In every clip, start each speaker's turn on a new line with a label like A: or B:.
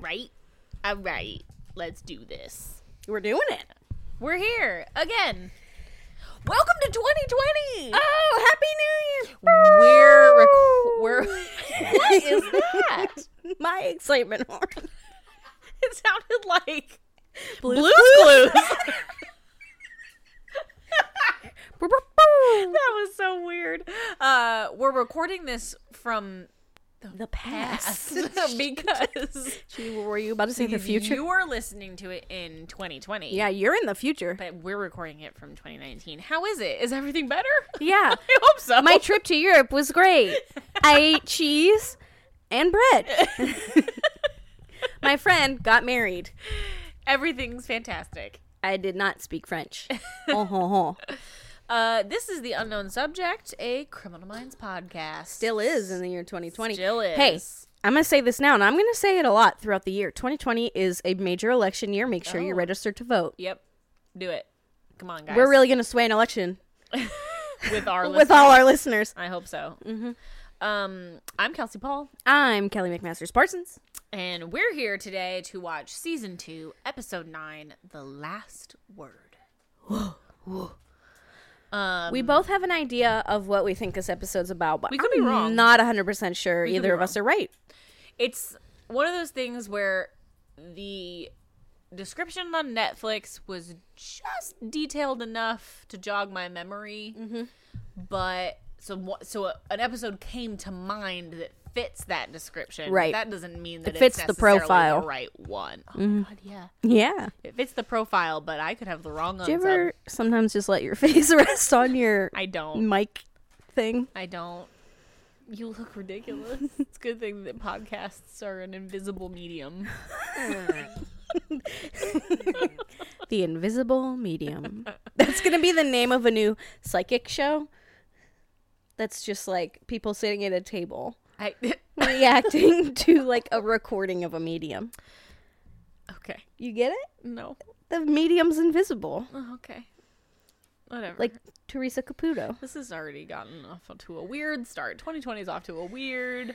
A: Right? All right. Let's do this.
B: We're doing it.
A: We're here again. Welcome to 2020.
B: Oh, happy New Year!
A: we're rec- we're What is that?
B: My excitement horn.
A: It sounded like
B: Blues,
A: That was so weird. Uh, we're recording this from
B: the past.
A: because
B: Gee, what were you about to say? The future?
A: You are listening to it in 2020.
B: yeah, you're in the future.
A: But we're recording it from 2019. How is it? Is everything better?
B: Yeah.
A: I hope so.
B: My trip to Europe was great. I ate cheese and bread. My friend got married.
A: Everything's fantastic.
B: I did not speak French. Oh, ho, ho.
A: Uh, this is the unknown subject, a Criminal Minds podcast.
B: Still is in the year 2020.
A: Still is.
B: Hey, I'm going to say this now, and I'm going to say it a lot throughout the year. 2020 is a major election year. Make sure you're
A: Oh.
B: registered to vote.
A: Yep. Do it. Come on, guys.
B: We're really going to sway an election
A: with our
B: with all our Mm-hmm. listeners.
A: I hope so. Um, I'm Kelsey Paul,
B: I'm Kelly McMasters Parsons.
A: and we're here today to watch season two, episode nine, "The Last Word." Um,
B: We both have an idea of what we think this episode's about, but
A: We could be
B: I'm
A: wrong.
B: not 100% sure
A: could
B: either
A: be
B: of us are right.
A: it's one of those things where the description on Netflix was just detailed enough to jog my memory,
B: Mm-hmm.
A: but so wha- so a, an episode came to mind that fits that description. but
B: Right.
A: That doesn't mean that
B: fits
A: it's
B: the
A: necessarily
B: profile. Mm-hmm.
A: the right one. Oh God, yeah.
B: Yeah.
A: It fits the profile, but I could have the wrong
B: Do you
A: unsub.
B: ever Mm. sometimes just let your face rest on your
A: I don't.
B: mic thing?
A: I don't. You look ridiculous. it's a good thing that podcasts are an invisible medium.
B: The invisible medium. That's going to be the name of a new psychic show. That's just like people sitting at a table
A: I
B: reacting to like a recording of a medium.
A: okay.
B: You get it?
A: No.
B: The medium's invisible.
A: Oh, Okay. Whatever.
B: Like Teresa Caputo.
A: this has already gotten off to a weird start. 2020 is off to a weird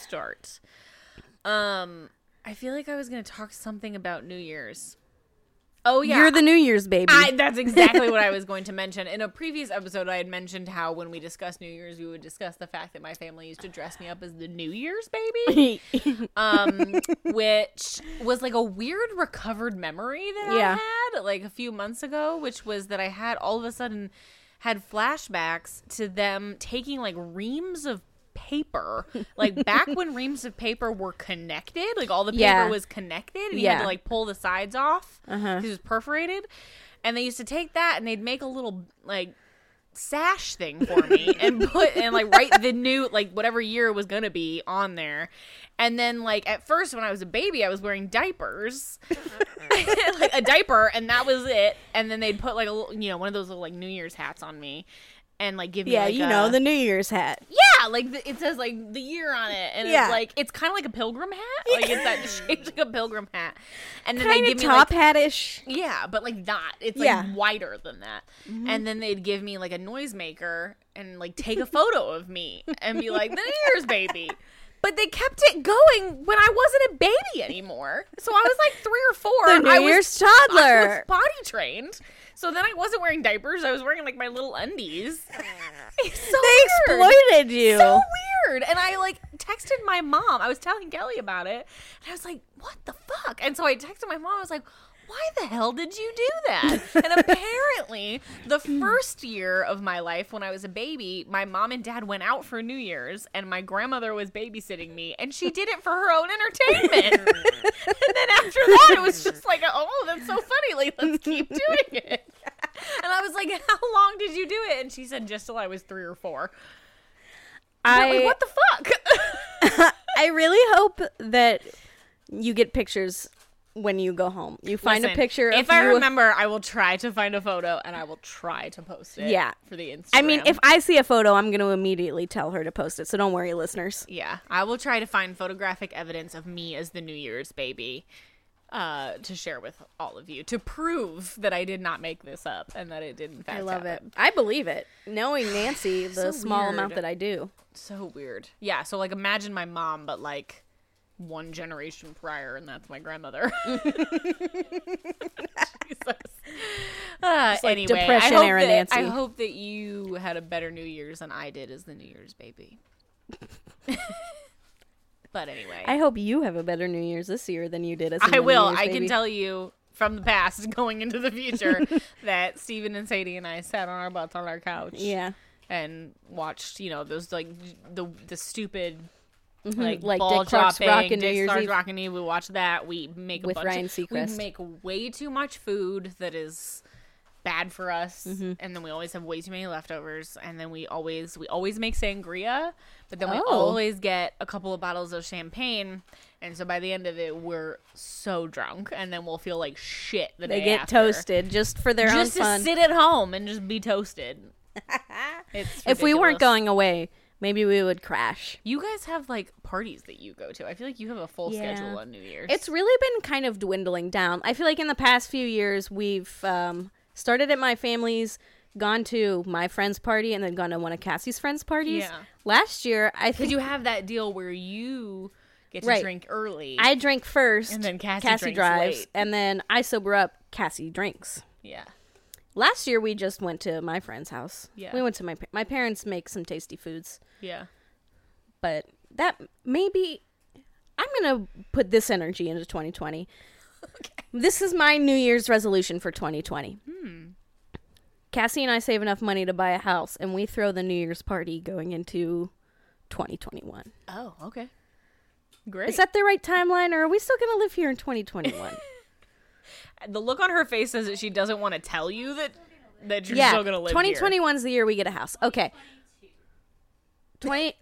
A: start. Um, I feel like I was gonna talk something about New Year's. Oh yeah,
B: You're the New Year's baby.
A: I, that's exactly what I was going to mention. In a previous episode, I had mentioned how when we discussed New Year's, we would discuss the fact that my family used to dress me up as the New Year's baby, um, which was like a weird recovered memory that
B: Yeah.
A: I had like a few months ago, which was that I had all of a sudden had flashbacks to them taking like reams of paper like back when reams of paper were connected like all the paper
B: Yeah.
A: was connected and you had to
B: Yeah. Uh-huh.
A: like pull the sides off because it was perforated. And they used to take that and they'd make a little like sash thing for me and put and like write the new like whatever year it was gonna be on there. And then like at first when I was a baby I was wearing diapers. like a diaper and that was it. And then they'd put like a little, you know one of those little like New Year's hats on me and like give me
B: yeah,
A: like, uh,
B: you
A: a-
B: know, the New Year's hat.
A: yeah, like the, it says like the year on it, and
B: Yeah.
A: it's like it's kind of like a pilgrim hat, like it's that shaped like a pilgrim hat, and then
B: Kind
A: they
B: of
A: give me
B: top
A: like
B: hatish.
A: yeah, but like not, it's
B: Yeah.
A: like wider than that, and then they'd give me like a noisemaker and like take a photo of me and be like the New Year's baby. But they kept it going when I wasn't a baby anymore. So I was like three or four.
B: The New
A: I was
B: Year's
A: I was
B: toddler.
A: body trained. So then I wasn't wearing diapers. I was wearing like my little undies. It's so
B: They
A: weird.
B: exploited you.
A: So weird. And I like texted my mom. I was telling Kelly about it. And I was like, what the fuck? And so I texted my mom. I was like, why the hell did you do that? and apparently, the first year of my life when I was a baby, my mom and dad went out for New Year's and my grandmother was babysitting me and she did it for her own entertainment. and then after that, it was just like, oh, that's so funny. Like, let's keep doing it. And I was like, how long did you do it? And she said, just till I was three or four.
B: I,
A: Like, what the fuck?
B: I really hope that you get pictures when you go home. You find a
A: Listen,
B: picture of
A: If I
B: you-
A: remember, I will try to find a photo and I will try to post it.
B: Yeah.
A: For the Instagram.
B: I mean, if I see a photo, I'm going to immediately tell her to post it. So don't worry, listeners.
A: Yeah, I will try to find photographic evidence of me as the New Year's baby uh, to share with all of you to prove that I did not make this up and that it did in fact. happen.
B: I believe it. Knowing Nancy, the
A: So
B: small amount
A: weird.
B: that I do.
A: So weird. Yeah. So like, imagine my mom, but like one generation prior, and that's my grandmother. Jesus. Uh,
B: like
A: anyway,
B: Depression
A: I hope,
B: era
A: that,
B: Nancy.
A: I hope that you had a better New Year's than I did as the New Year's baby. but anyway,
B: I hope you have a better New Year's this year than you did as a
A: I
B: New
A: will.
B: Year's
A: I
B: baby.
A: can tell you from the past going into the future that Steven and Sadie and I sat on our butts on our couch
B: Yeah.
A: and watched, you know, those like the the stupid
B: Like,
A: like,
B: Mm-hmm. like
A: ball
B: Dick Clark's
A: dropping,
B: Rock
A: Dick
B: and New Year's
A: Clark's
B: Eve.
A: Rock and Eve. We watch that. We make a
B: With
A: bunch
B: Ryan
A: of,
B: Seacrest.
A: We make way too much food that is bad for us,
B: Mm-hmm.
A: and then we always have way too many leftovers. And then we always we always make sangria, but then we
B: Oh.
A: always get a couple of bottles of champagne. And so by the end of it, we're so drunk, and then we'll feel like shit. The
B: They
A: day
B: get
A: after.
B: toasted just for their
A: Just
B: own
A: to
B: fun.
A: sit at home and just be toasted. It's
B: if we
A: ridiculous.
B: weren't going away, maybe we would crash.
A: You guys have like parties that you go to. I feel like you have a full
B: Yeah.
A: schedule on New Year's.
B: It's really been kind of dwindling down. I feel like in the past few years, we've um, started at my family's, gone to my friend's party, and then gone to one of Cassie's friends' parties.
A: Yeah.
B: Last year, I
A: because
B: think
A: you have that deal where you get to
B: Right.
A: drink early.
B: I drink first,
A: And then Cassie drinks
B: drives,
A: late.
B: and then I sober up. Cassie drinks.
A: yeah,
B: Last year, we just went to my friend's house.
A: Yeah.
B: we went to my pa- my parents make some tasty foods,
A: yeah.
B: but that maybe I'm gonna put this energy into 2020. This is my New Year's resolution for 2020.
A: Hmm.
B: Cassie and I save enough money to buy a house, and we throw the New Year's party going into 2021.
A: Oh, okay. Great.
B: Is that the right timeline, or are we still going to live here in 2021?
A: the look on her face says that she doesn't want to tell you that that you're
B: yeah,
A: still gonna live.
B: 2021 is the year we get a house. Okay. 20,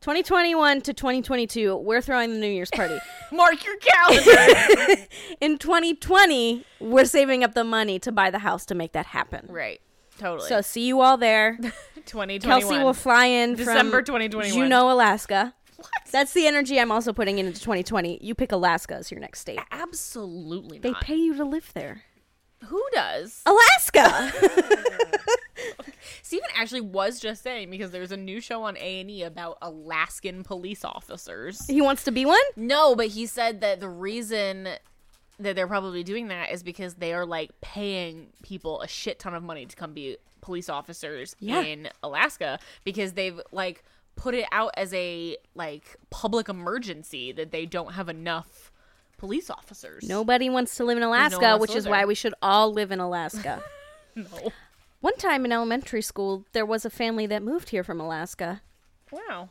B: 2021 to 2022, we're throwing the New Year's party.
A: here. Mark your calendar.
B: in 2020, we're saving up the money to buy the house to make that happen.
A: right. Totally.
B: So see you all there.
A: 2021.
B: Kelsey will fly in
A: December
B: from
A: 2021.
B: Juneau, Alaska. What? That's the energy I'm also putting into 2020. You pick Alaska as your next
A: Ah,
B: state.
A: Absolutely
B: They
A: not.
B: pay you to live there.
A: Who does?
B: Alaska.
A: Steven actually was just saying because there's a new show on A and E about Alaskan police officers.
B: he wants to be one.
A: No, but he said that the reason that they're probably doing that is because they are like paying people a shit ton of money to come be police officers
B: Yeah.
A: in Alaska because they've like put it out as a like public emergency that they don't have enough police officers.
B: Nobody wants to live in Alaska,
A: wants to
B: which is
A: live
B: why
A: there.
B: we should all live in Alaska.
A: No.
B: one time in elementary school, there was a family that moved here from Alaska.
A: Wow.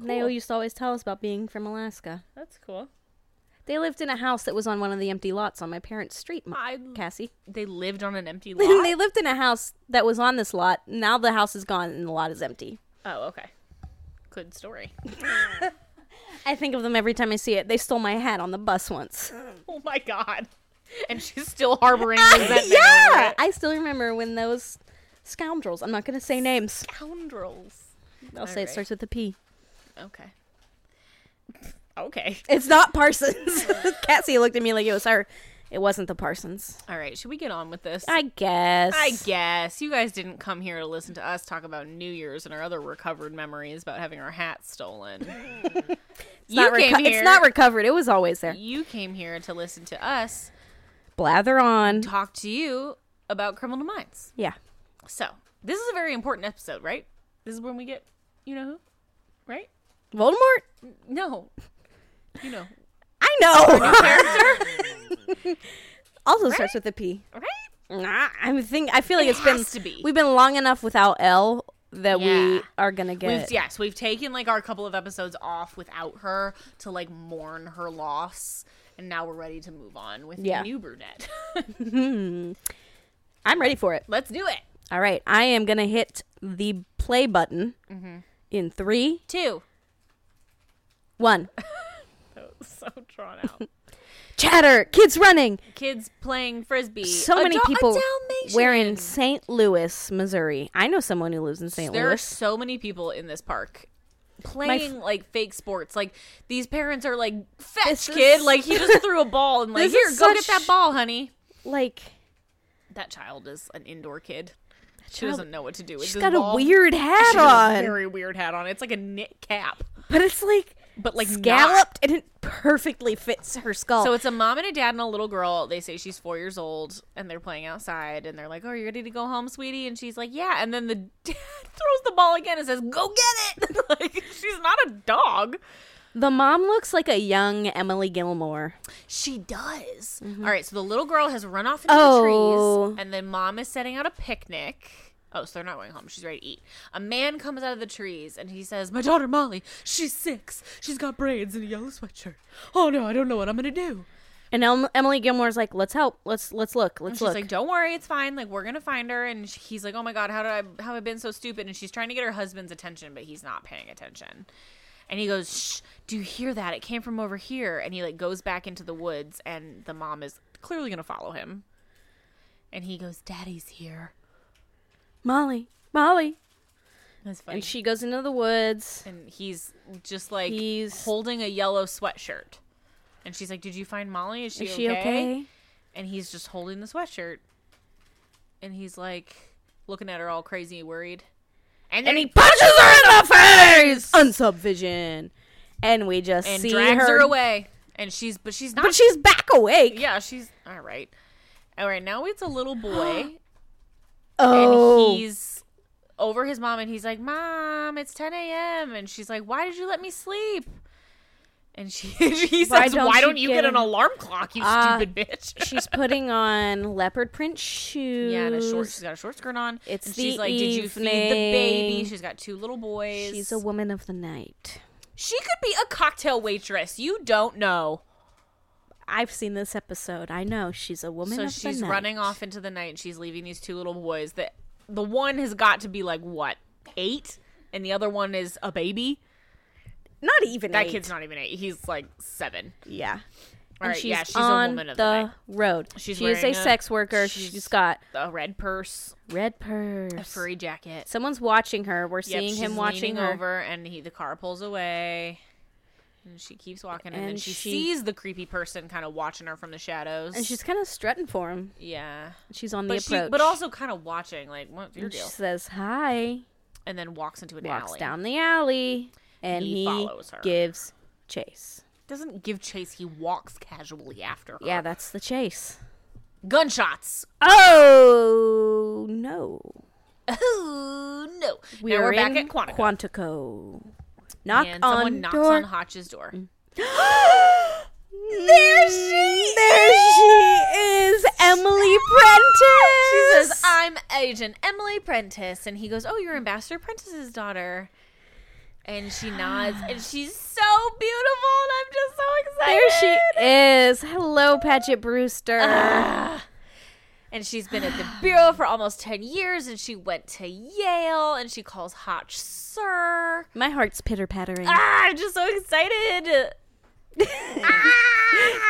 B: And They used to always tell us about being from Alaska.
A: That's cool.
B: They lived in a house that was on one of the empty lots on my parents' street, Ma-
A: I
B: Cassie.
A: they lived on an empty lot.
B: they lived in a house that was on this lot. Now the house is gone and the lot is empty.
A: oh, okay. Good story.
B: I think of them every time I see it. They stole my hat on the bus once.
A: Oh my god. And she's still harboring resentment over
B: yeah,
A: it.
B: I still remember when those scoundrels. I'm not going to say names.
A: Scoundrels.
B: I'll say it
A: Alright.
B: starts with a P.
A: Okay. Okay.
B: It's not Parsons. Cassie looked at me like it was her. It wasn't the Parsons.
A: All right. Should we get on with this?
B: I guess.
A: I guess you guys didn't come here to listen to us talk about New Year's and our other recovered memories about having our hats stolen.
B: It's not, reco- it's not recovered. It was always there.
A: you came here to listen to us
B: Blather on.
A: talk to you about criminal minds.
B: Yeah.
A: So this is a very important episode, right? This is when we get, you know, who, right?
B: Voldemort?
A: No, you know,
B: I know. also starts with a P.
A: Oh. right?
B: Nah, I'm think I feel like
A: It
B: it has been
A: has to be.
B: we've been long enough without L that we
A: Yeah.
B: are gonna
A: We've,
B: get
A: yes, we've taken like our couple of episodes off without her to like mourn her loss, and now we're ready to move on with
B: Yeah.
A: the new brunette.
B: I'm ready for it.
A: Let's do it.
B: All right, I am gonna hit the play button
A: Mm-hmm.
B: in three,
A: Two.
B: one.
A: That was so drawn out.
B: chatter, kids running.
A: Kids playing frisbee.
B: So
A: A
B: many
A: Dal- a
B: people
A: Dalmatian.
B: we're in St. Louis, Missouri. I know someone who lives in St.
A: There are
B: Louis.
A: so many people in this park playing like fake sports. Like these parents are like,
B: This
A: "Fetch
B: is-
A: kid!" Like he just threw a ball and like,
B: This
A: "Here,
B: is
A: go get
B: such-
A: that ball, honey."
B: Like
A: That child is an indoor kid. She
B: child-
A: doesn't know what to do. with
B: she's
A: this
B: got a
A: ball.
B: weird hat
A: She has a
B: on,
A: very weird hat on. It's like a knit cap,
B: but it's like
A: but like not.
B: scalloped and it perfectly fits her skull.
A: So it's a mom and a dad and a little girl. They say she's four years old, and they're playing outside, and they're like, "Oh, are you ready to go home, sweetie?" And she's like, "Yeah." And then the dad throws the ball again and says, "Go get it!" like she's not a dog.
B: the mom looks like a young Emily Gilmore.
A: She does. All right. So the little girl has run off into the
B: Oh.
A: trees, and then mom is setting out a picnic. Oh, so they're not going home. She's ready to eat. A man comes out of the trees and he says, My daughter Molly, she's six. She's got braids and a yellow sweatshirt. Oh no, I don't know what I'm going to do.
B: And Em- Emily Gilmore's like, "Let's help. Let's let's look. Let's
A: She's
B: look."
A: like, "Don't worry, it's fine. Like we're gonna find her." And sh- he's like, "Oh my god, how did I? How have I been so stupid?" And she's trying to get her husband's attention, but he's not paying attention. And he goes, "Shh, do you hear that? It came from over here." And he like goes back into the woods, and the mom is clearly gonna follow him. And he goes, "Daddy's here."
B: Molly, Molly.
A: That's funny.
B: And she goes into the woods.
A: and he's just like
B: He's-
A: holding a yellow sweatshirt. And she's like, "Did you find Molly? Is she,
B: Is she okay?
A: and he's just holding the sweatshirt and he's like looking at her all crazy worried and then
B: And he punches her in the face. Unsub vision. And we just
A: and
B: see
A: drags her,
B: her
A: away and she's but she's not
B: But she's back awake.
A: yeah she's all right all right now it's a little boy
B: Oh,
A: and he's over his mom and he's like mom it's 10 a.m and she's like why did you let me sleep and she, he says
B: Why
A: why
B: don't
A: don't,
B: you
A: you
B: get
A: get an
B: an-
A: alarm clock you
B: Ah,
A: stupid bitch
B: she's putting on leopard print shoes.
A: Yeah, and a short. She's got a short skirt on.
B: It's
A: and she's
B: the
A: like, "Did you feed the baby?"
B: evening.
A: She's got two little boys.
B: She's a woman of the night.
A: She could be a cocktail waitress. You don't know.
B: I've seen this episode. I know she's a woman
A: So
B: of
A: she's
B: the night.
A: running off into the night. She's leaving these two little boys. That the one has got to be like what eight, and the other one is a baby.
B: Not even
A: That
B: eight.
A: kid's not even eight. He's like seven.
B: Yeah.
A: All
B: And
A: right, yeah, she's a
B: on
A: woman of the
B: the,
A: night.
B: road.
A: She's
B: she is a
A: wearing a-
B: sex worker.
A: she's-
B: she's got
A: A red purse,
B: red purse.
A: furry jacket.
B: Someone's watching her. We're
A: Yep,
B: seeing
A: she's
B: him watching
A: leaning
B: her.
A: over, and he the car pulls away. And she keeps walking, and, then
B: And
A: she,
B: she-
A: sees the creepy person kind of watching her from the shadows.
B: And she's kind of strutting for him.
A: yeah,
B: She's on the
A: but
B: approach.
A: she, but also kind of watching, like what's your
B: And she
A: deal?
B: says hi,
A: And then walks into an
B: walks
A: alley.
B: down the alley, and
A: He
B: he,
A: follows her.
B: gives chase.
A: doesn't give chase. He walks casually after her.
B: Yeah, that's the chase.
A: Gunshots.
B: Oh no!
A: Oh no!
B: We
A: now
B: are
A: we're back
B: in
A: at Quantico,
B: Quantico. Knock
A: and
B: on
A: someone knocks
B: door. Mm.
A: on Hotch's door.
B: there she there she is, Emily Prentice.
A: She says, "I'm Agent Emily Prentice," and he goes, "Oh, you're Ambassador Prentice's daughter." And she nods, and she's so beautiful, and I'm just so excited.
B: there she is. Hello, Paget Brewster.
A: Ah. And she's been at the bureau for almost 10 years and she went to Yale and she calls Hotch Sir.
B: My heart's pitter pattering.
A: Ah, I'm just so excited.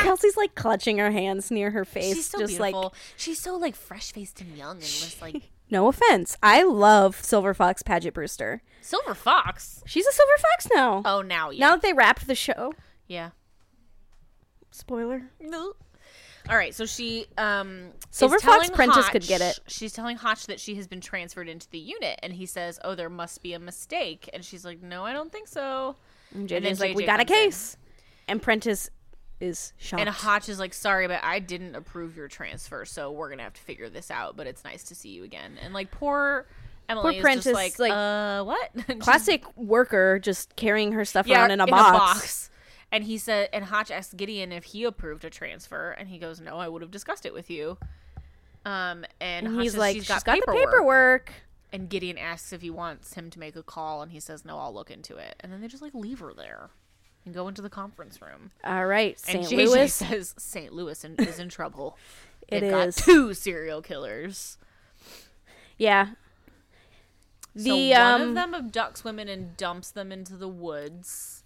B: Kelsey's like clutching her hands near her face,
A: She's so
B: just
A: beautiful.
B: like
A: she's so like fresh faced and young and just like
B: no offense. I love Silver Fox Paget Brewster.
A: Silver Fox.
B: She's a Silver Fox now.
A: Oh, now yeah.
B: Now that they wrapped the show,
A: Yeah.
B: spoiler.
A: No. All right, so she um is
B: Silver Fox
A: telling
B: Prentice could get it.
A: She's telling Hotch that she has been transferred into the unit and he says, "Oh, there must be a mistake." And she's like, "No, I don't think so."
B: And
A: then
B: JJ's like,
A: JJ
B: we got a
A: comes in.
B: case. And Prentice is shocked.
A: And Hotch is like, sorry, but I didn't approve your transfer, so we're gonna have to figure this out. But it's nice to see you again. And like poor Emily
B: Poor
A: is
B: Prentice,
A: just like,
B: like,
A: uh, what? And she's-
B: Classic worker just carrying her stuff
A: yeah,
B: around in a box.
A: And he said, and Hotch asked Gideon if he approved a transfer, and he goes, no, I would have discussed it with you. Um, and,
B: And
A: Hotch
B: he's
A: says,
B: like,
A: she's got,
B: the
A: paperwork.
B: paperwork.
A: And Gideon asks if he wants him to make a call, and he says, no, I'll look into it. And then they just like leave her there and go into the conference room.
B: All right,
A: And
B: St.
A: JJ
B: Louis.
A: says St. Louis in, is in trouble.
B: It
A: They've got
B: is.
A: two serial killers.
B: Yeah.
A: so
B: The
A: one
B: um
A: of them abducts women and dumps them into the woods,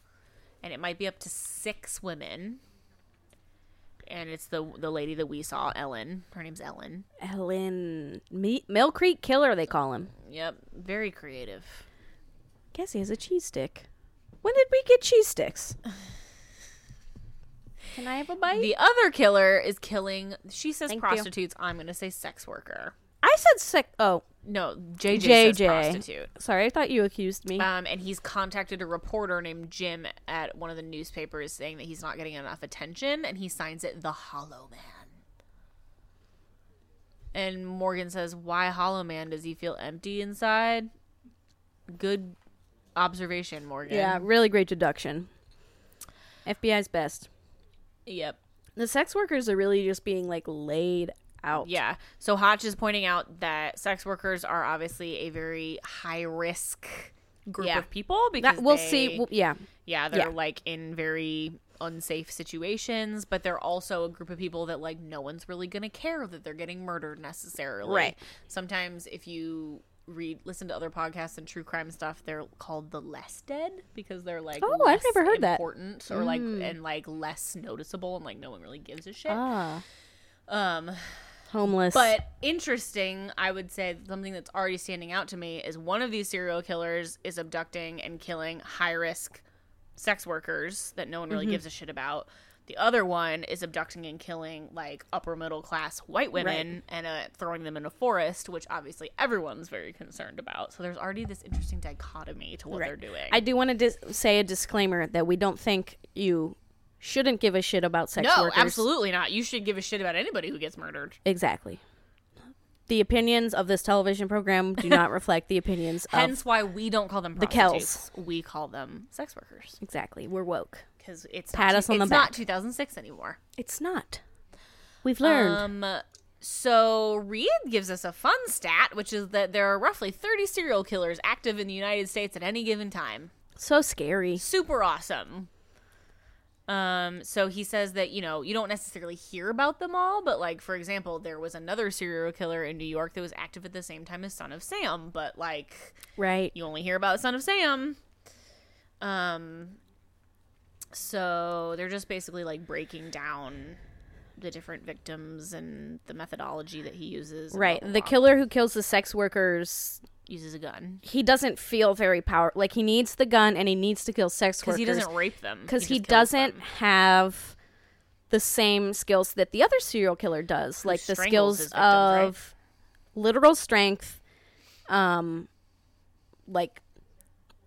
A: and it might be up to six women. and it's the the lady that we saw, Ellen. Her name's Ellen.
B: Ellen Me- Mill Creek Killer, they call him.
A: Yep, very creative.
B: Guess he has a cheese stick. When did we get cheese sticks? Can I have a bite?
A: The other killer is killing. She says
B: Thank you.
A: prostitutes. I'm going to say sex worker.
B: I said sick. Oh,
A: No, JJ, says
B: JJ.
A: prostitute.
B: sorry. I thought you accused me.
A: Um, and he's contacted a reporter named Jim at one of the newspapers saying that he's not getting enough attention, and he signs it the Hollow Man. And Morgan says, "Why Hollow Man? Does he feel empty inside?" Good observation, Morgan.
B: yeah, really great deduction. FBI's best.
A: Yep.
B: The sex workers are really just being like laid out.
A: Yeah. So Hotch is pointing out that sex workers are obviously a very high risk group
B: Yeah.
A: of people because
B: That, we'll
A: they-
B: see. Well, yeah.
A: Yeah, they're
B: Yeah.
A: like in very unsafe situations, but they're also a group of people that like no one's really going to care that they're getting murdered necessarily.
B: Right.
A: Sometimes if you read listen to other podcasts and true crime stuff they're called the less dead because they're like
B: Oh, I've
A: less
B: never heard that. Mm.
A: important or like and like less noticeable and like no one really gives a shit
B: Ah.
A: um
B: Homeless.
A: but interesting, I would say something that's already standing out to me is one of these serial killers is abducting and killing high risk sex workers that no one
B: Mm-hmm.
A: really gives a shit about. The other one is abducting and killing like upper middle class white women and uh, throwing them in a forest, which obviously everyone's very concerned about. So there's already this interesting dichotomy to what they're doing.
B: I do want to dis- say a disclaimer that we don't think you shouldn't give a shit about sex
A: no,
B: workers.
A: absolutely not. You should give a shit about anybody who gets murdered.
B: Exactly. The opinions of this television program do not reflect the opinions of.
A: Hence why we don't call them
B: Kells.
A: prostitutes. We call them sex workers.
B: Exactly. We're woke.
A: because it's
B: Pat
A: not,
B: us on
A: it's
B: the
A: not
B: back.
A: 2006 anymore.
B: It's not. We've learned.
A: Um, so Reed gives us a fun stat, which is that there are roughly 30 serial killers active in the United States at any given time.
B: so scary.
A: Super awesome. Um, so he says that you know you don't necessarily hear about them all, but like for example, there was another serial killer in New York that was active at the same time as Son of Sam, but like
B: Right.
A: you only hear about Son of Sam. Um, so they're just basically like breaking down the different victims and the methodology that he uses. and
B: Right.
A: blah, blah,
B: The
A: blah.
B: killer who kills the sex workers,
A: uses a gun
B: he doesn't feel very power. Like he needs the gun and he needs to kill sex
A: because
B: workers
A: he doesn't rape them
B: because he,
A: just kills
B: doesn't
A: them.
B: have the same skills that the other serial killer does, like the
A: strangles
B: skills
A: his victims, right?
B: of literal strength, um, like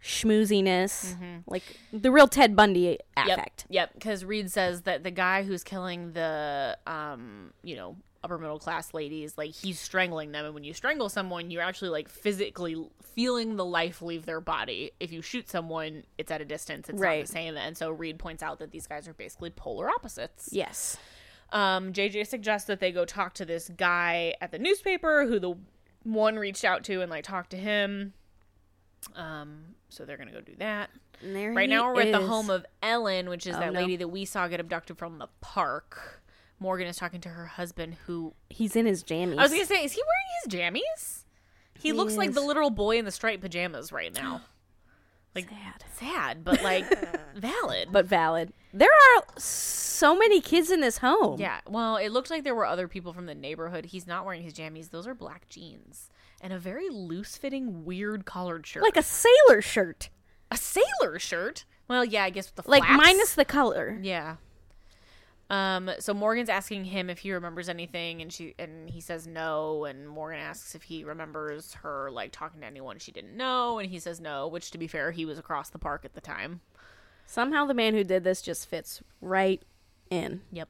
B: schmooziness, like the real Ted Bundy affect.
A: Mm-hmm. Yep, because Reed says that the guy who's killing the, um, you know, upper middle class ladies, like he's strangling them, and when you strangle someone, you're actually like physically feeling the life leave their body. If you shoot someone, it's at a distance; it's not
B: Right.
A: the same. And so Reed points out that these guys are basically polar opposites.
B: Yes.
A: Um, JJ suggests that they go talk to this guy at the newspaper who the one reached out to and like talk to him. Um, so they're gonna go do that.
B: And there
A: Right
B: he
A: now we're at the
B: is.
A: home of Ellen, which is Oh, that
B: no.
A: lady that we saw get abducted from the park. Morgan is talking to her husband who
B: He's in his jammies.
A: I was gonna say, is he wearing his jammies? He, looks like
B: is.
A: the literal boy in the striped pajamas right now. like-
B: Sad.
A: Sad, but like valid.
B: but valid. There are so many kids in this home.
A: yeah, well, it looked like there were other people from the neighborhood. He's not wearing his jammies. Those are black jeans and a very loose-fitting, weird collared shirt,
B: Like a sailor shirt.
A: a sailor shirt. Well, yeah, I guess with the
B: Like
A: flaps.
B: minus the color.
A: Yeah. Um, so Morgan's asking him if he remembers anything and she and he says no and Morgan asks if he remembers her like talking to anyone she didn't know and he says no, which to be fair, he was across the park at the time.
B: Somehow the man who did this just fits right in.
A: Yep.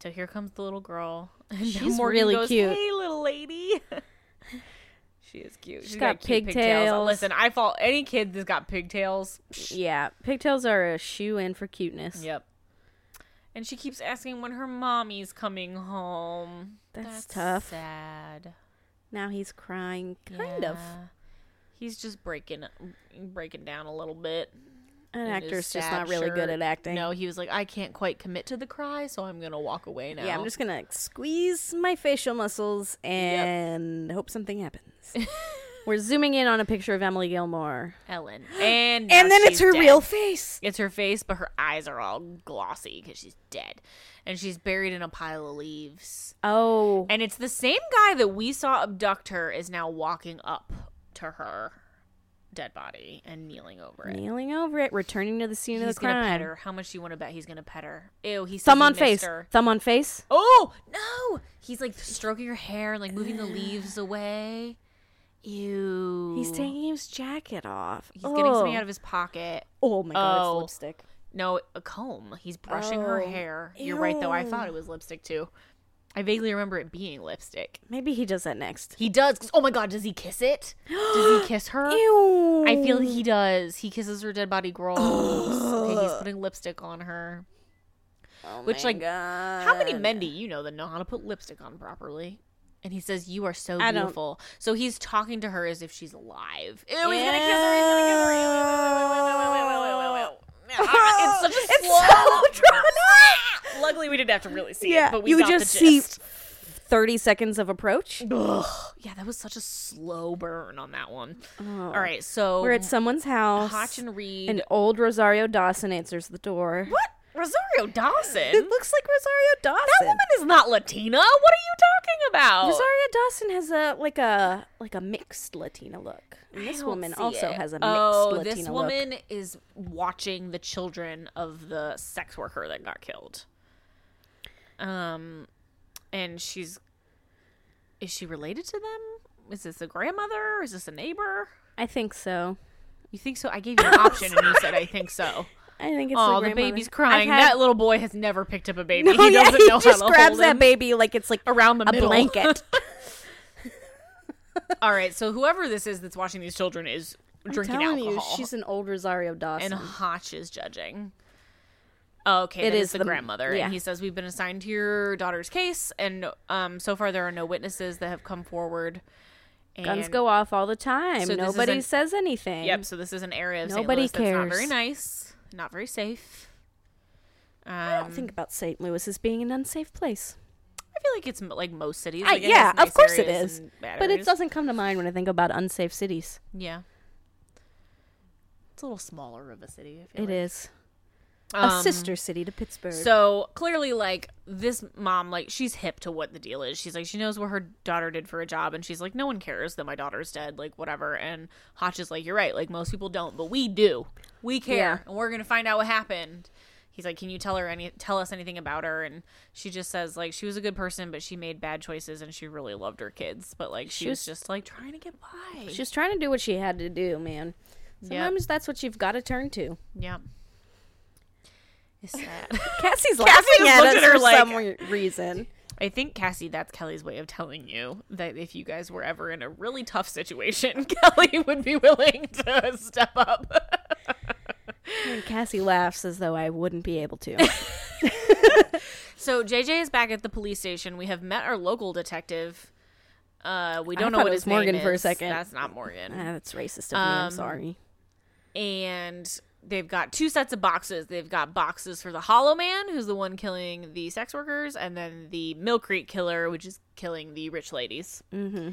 A: So here comes the little girl. And now
B: She's really cute.
A: Hey little lady. she is cute. She's
B: got
A: cute
B: pigtails.
A: Listen, I fall any kid that's got pigtails.
B: Yeah, pigtails are a shoe in for cuteness.
A: Yep. And she keeps asking when her mommy's coming home.
B: That's tough.
A: Sad.
B: Now he's crying, kind of.
A: Yeah. He's just breaking breaking down a little bit.
B: An
A: in his
B: actor's just
A: sad
B: not really
A: shirt.
B: good at acting.
A: No, he was like, I can't quite commit to the cry, so I'm gonna walk away now.
B: Yeah, I'm just gonna like, squeeze my facial muscles and hope something happens. We're zooming in on a picture of Emily Gilmore.
A: Ellen. And now
B: And then it's
A: she's
B: her
A: dead.
B: real face.
A: It's her face, but her eyes are all glossy because she's dead. And she's buried in a pile of leaves.
B: Oh.
A: And it's the same guy that we saw abduct her is now walking up to her dead body and kneeling over it.
B: Kneeling over it, returning to the scene of
A: He's
B: the
A: gonna pet
B: crime.
A: her. How much do you want to bet he's gonna pet her? Ew, he's
B: Thumb on face. Thumb on face.
A: Oh no! He's like stroking her hair and like moving the leaves away. Ew.
B: He's taking his jacket off.
A: He's getting something out of his pocket.
B: Oh my god,
A: Oh.
B: it's lipstick.
A: No, a comb. He's brushing her
B: Oh.
A: hair. You're right though. I
B: Ew.
A: thought it was lipstick too. I vaguely remember it being lipstick.
B: Maybe he does that next.
A: He does. 'cause- Oh my god, does he kiss it? Does he kiss her?
B: Ew.
A: I feel he does. He kisses her dead body gross. Okay, he's putting lipstick on her.
B: Oh
A: which,
B: my
A: like,
B: god.
A: How many men do you know that know how to put lipstick on properly? And he says, "You are so
B: I don't-
A: beautiful." So he's talking to her as if she's alive. Ew, he's gonna kiss her. He's gonna kiss her. Ew, ew, ew, ew, ew, ew, ew, ew, ew, ew, ew, ew, ew, ew, ew. Ah, It's such a
B: It's
A: slow.
B: so drawn
A: Luckily, we didn't have to really see
B: Yeah,
A: it, but we
B: you
A: got
B: just
A: the
B: see-
A: gist.
B: 30 seconds of approach.
A: Ugh. Yeah, that was such a slow burn on that one. All right, so
B: We're at someone's house.
A: Hotch and Reed.
B: and old Rosario Dawson answers the door.
A: what? Rosario Dawson.
B: It looks like Rosario Dawson.
A: That woman is not Latina. What are you talking about?
B: Rosario Dawson has a like a like a mixed Latina look. And
A: I
B: this
A: don't
B: woman
A: see
B: also
A: it.
B: has a mixed
A: oh,
B: Latina
A: this
B: look.
A: woman is watching the children of the sex worker that got killed. Um, and she's is she related to them? Is this a grandmother? Is this a neighbor?
B: I think so.
A: You think so? I gave you an option and you said I think so.
B: I think it's
A: Oh,
B: the,
A: the
B: grandmother.
A: baby's crying.
B: I've had-
A: That little boy has never picked up a baby.
B: No,
A: he
B: yeah,
A: doesn't
B: he
A: know
B: just
A: how to
B: grabs
A: hold
B: that
A: him.
B: baby like it's like
A: around the
B: a
A: middle.
B: blanket.
A: All right, so whoever this is that's watching these children is drinking
B: telling you,
A: alcohol.
B: she's an old Rosario Dawson.
A: and Hotch is judging. Oh, okay, it
B: It is
A: is the,
B: the-
A: grandmother,
B: yeah.
A: and he says we've been assigned to your daughter's case, and um, so far there are no witnesses that have come forward. And,
B: Guns go off all the time.
A: So this
B: Nobody
A: isn't-
B: says anything.
A: Yep. So this is an area of St.
B: Nobody
A: Louis that's not very
B: cares.
A: nice, not very safe. Um,
B: I don't think about St. Louis as being an unsafe place.
A: I feel like it's m- like most cities.
B: I-
A: Like, it
B: yeah,
A: has nice
B: of course it
A: areas
B: is,
A: and bad
B: But it
A: areas.
B: doesn't come to mind when I think about unsafe cities.
A: Yeah. It's a little smaller of a city. I feel
B: It
A: like.
B: is a
A: Um,
B: sister city to Pittsburgh.
A: So clearly, like this mom, like she's hip to what the deal is. She's like, she knows what her daughter did for a job, and she's like, no one cares that my daughter's dead, like whatever. And Hotch is like, you're right, like most people don't, but we do. We care,
B: Yeah.
A: and we're gonna find out what happened. He's like, can you tell her any, tell us anything about her? And she just says, like, she was a good person, but she made bad choices, and she really loved her kids, but like she,
B: She
A: was,
B: was-
A: just like trying to get by.
B: She was trying to do what she had to do, man.
A: Yep.
B: Sometimes that's what you've got to turn to.
A: yeah. It's sad.
B: Cassie's
A: Cassie
B: laughing
A: just
B: at
A: looked
B: us
A: at her
B: for
A: like-
B: some re- reason.
A: I think Cassie, that's Kelly's way of telling you that if you guys were ever in a really tough situation, Kelly would be willing to step up.
B: And Cassie laughs as though I wouldn't be able to.
A: so JJ is back at the police station. We have met our local detective. Uh, we don't know
B: thought
A: what
B: it
A: his
B: was Morgan
A: name
B: for a
A: is.
B: second.
A: That's not Morgan.
B: Ah, that's racist of me. I'm
A: Um,
B: sorry.
A: And they've got two sets of boxes. They've got boxes for the Hollow Man, who's the one killing the sex workers, and then the Mill Creek Killer, which is killing the rich ladies.
B: Mm-hmm.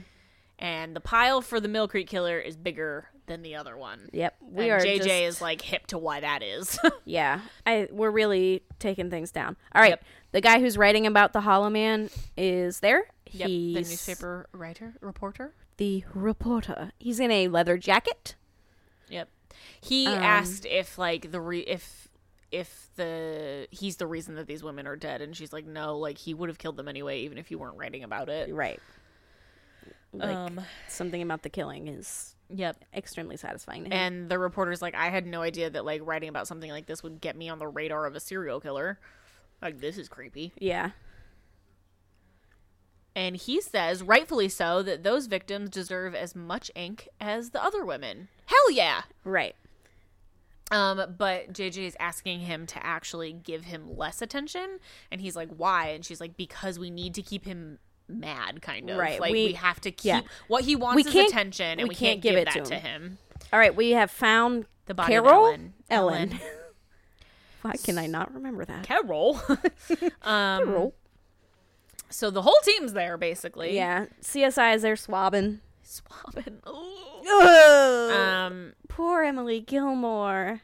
A: And the pile for the Mill Creek Killer is bigger than the other one.
B: Yep, we
A: and
B: are.
A: JJ
B: just-
A: is like hip to why that is.
B: yeah, I we're really taking things down. All right,
A: Yep.
B: the guy who's writing about the Hollow Man is there.
A: yep. The
B: He's
A: newspaper writer, reporter.
B: the reporter. He's in a leather jacket.
A: Yep. He asked if like the re- if if the he's the reason that these women are dead and she's like no like he would have killed them anyway even if you weren't writing about it.
B: Right. Like
A: um
B: something about the killing is
A: yep.
B: extremely satisfying. To him.
A: And the reporter's like I had no idea that like writing about something like this would get me on the radar of a serial killer. Like this is creepy.
B: yeah.
A: And he says, rightfully so, that those victims deserve as much ink as the other women. Hell yeah.
B: Right.
A: Um, but JJ is asking him to actually give him less attention, and he's like, "Why?" And she's like, "Because we need to keep him mad, kind of.
B: Right,
A: Like we,
B: we-
A: have to keep
B: yeah.
A: what he wants
B: We
A: is
B: can't-
A: attention, and we, can't, give, that to him.
B: All right, we have found
A: The body of
B: Carol
A: Ellen.
B: Ellen. Why can I not remember that?
A: Carol. um,
B: Carol.
A: so the whole team's there, basically.
B: Yeah, CSI is there swabbing.
A: swabbing. Ooh.
B: Ugh.
A: Um,
B: Poor Emily Gilmore.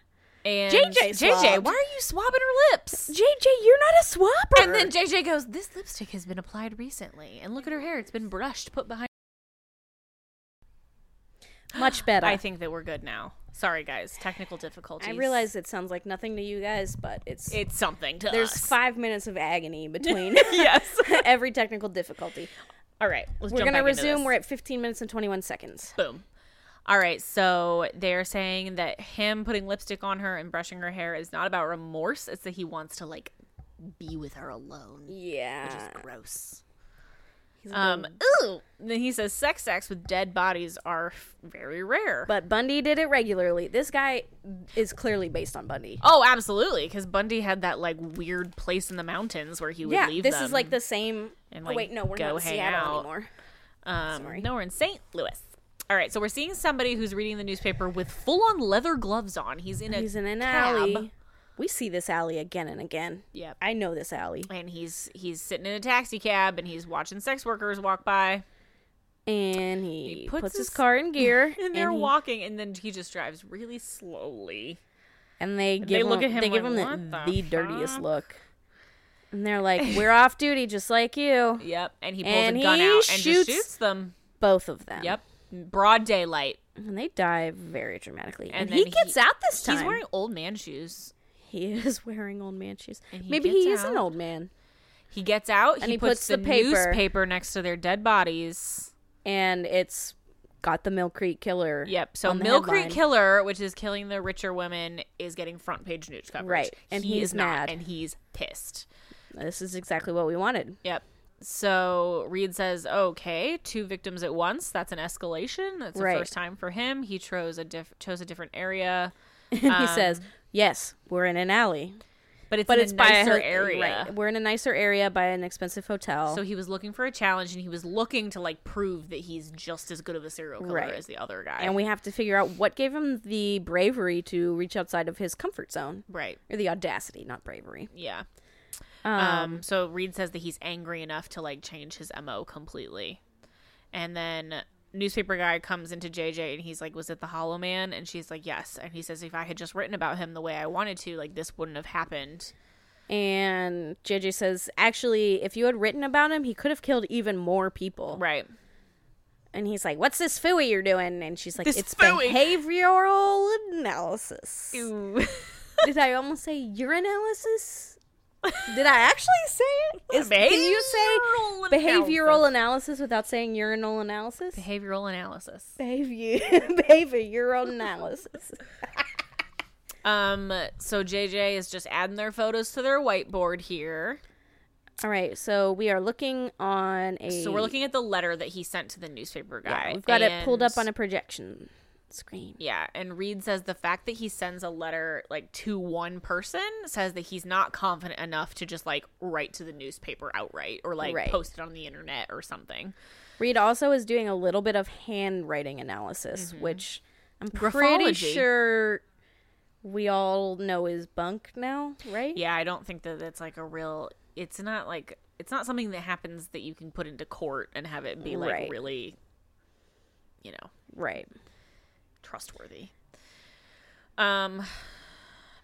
A: and
B: JJ
A: JJ,
B: swabbed.
A: why are you swabbing her lips?
B: JJ, you're not a swapper.
A: And then JJ goes, "This lipstick has been applied recently, and look at her hair; it's been brushed, put behind."
B: much better.
A: I think that we're good now. Sorry, guys, technical difficulties.
B: I realize it sounds like nothing to you guys, but it's
A: it's something to
B: there's
A: us.
B: five minutes of agony between
A: yes.
B: every technical difficulty.
A: All right, let's.
B: We're
A: jump
B: gonna
A: back into
B: resume.
A: this.
B: We're at 15 minutes and 21 seconds.
A: Boom. All right, so they're saying that him putting lipstick on her and brushing her hair is not about remorse. It's that he wants to like be with her alone.
B: Yeah.
A: Which is gross. Um, ooh. Then he says sex acts with dead bodies are f- very rare.
B: But Bundy did it regularly. This guy is clearly based on Bundy.
A: oh, absolutely, because Bundy had that like weird place in the mountains where he would
B: yeah,
A: leave
B: this
A: them.
B: is like the same.
A: and,
B: oh
A: like,
B: wait, no, we're
A: go
B: not in
A: hang
B: Seattle
A: out.
B: anymore.
A: Um,
B: Sorry.
A: No, we're in St. Louis. All right, so we're seeing somebody who's reading the newspaper with full-on leather gloves on. He's in a
B: He's in an
A: cab.
B: alley. We see this alley again and again.
A: Yep.
B: I know this alley.
A: and he's he's sitting in a taxi cab and he's watching sex workers walk by
B: And he,
A: puts
B: puts, his,
A: his-
B: car in gear.
A: and they're
B: he-
A: walking and then he just drives really slowly
B: and they give
A: look at
B: him,
A: him
B: they give
A: like,
B: him the,
A: "What the
B: the dirtiest
A: fuck?"
B: look. And they're like, "We're off duty, just like you."
A: yep and he pulls
B: And
A: a gun
B: he
A: out and just
B: shoots-
A: shoots them
B: Both of them.
A: yep broad daylight
B: And they die very dramatically.
A: And
B: And, he
A: then
B: gets
A: he-
B: out this time.
A: he's wearing old man shoes
B: He is wearing old man shoes.
A: And he
B: Maybe
A: gets
B: he is an
A: out.
B: old man.
A: he gets out
B: And he
A: puts,
B: puts
A: the,
B: the paper-
A: newspaper next to their dead bodies
B: And it's got the Mill Creek killer.
A: yep so
B: on the
A: mill creek
B: headline.
A: killer which is killing the richer women is getting front page news coverage
B: Right, and
A: he
B: he's
A: is not
B: mad.
A: and he's pissed
B: This is exactly what we wanted.
A: Yep. So Reed says, "Okay, two victims at once. That's an escalation. That's the
B: Right.
A: first time for him. He chose a diff- chose a different area,
B: And he says, "Yes, we're in an alley,
A: but Um, it's
B: but
A: in
B: it's
A: a
B: by
A: nicer
B: a,
A: area.
B: Right, we're in a nicer area by an expensive hotel.
A: So he was looking for a challenge, and he was looking to like prove that he's just as good of a serial killer
B: Right.
A: as the other guy.
B: and we have to figure out what gave him the bravery to reach outside of his comfort zone,
A: right,
B: or the audacity, not bravery.
A: yeah.
B: Um,
A: Um, so Reed says that he's angry enough to like change his mo completely, and then newspaper guy comes into JJ and he's like, "Was it the Hollow Man?" And she's like, "Yes." And he says, "If I had just written about him the way I wanted to, like this wouldn't have happened."
B: and JJ says, "Actually, if you had written about him, he could have killed even more people."
A: Right.
B: And he's like, "What's this fooey you're doing?" And she's like,
A: This
B: "It's
A: phooey."
B: behavioral analysis."
A: Ooh.
B: Did I almost say urinalysis? Did I actually say it? Is, can you say behavioral analysis without saying urinal analysis?
A: behavioral analysis?
B: Behavior, behavioral analysis.
A: Um. So JJ is just adding their photos to their whiteboard here.
B: All right, so we are looking on a.
A: So we're looking at the letter that he sent to the newspaper guy.
B: Yeah, we've got it pulled up
A: and-
B: on a projection screen.
A: Yeah, and Reed says the fact that he sends a letter like to one person says that he's not confident enough to just like write to the newspaper outright or like
B: Right.
A: post it on the internet or something.
B: Reed also is doing a little bit of handwriting analysis, which I'm pretty
A: Mm-hmm. Graphology.
B: sure we all know is bunk now, right?
A: Yeah, I don't think that it's like a real. It's not like it's not something that happens that you can put into court and have it be like
B: Right.
A: really, you know,
B: Right.
A: trustworthy. Um,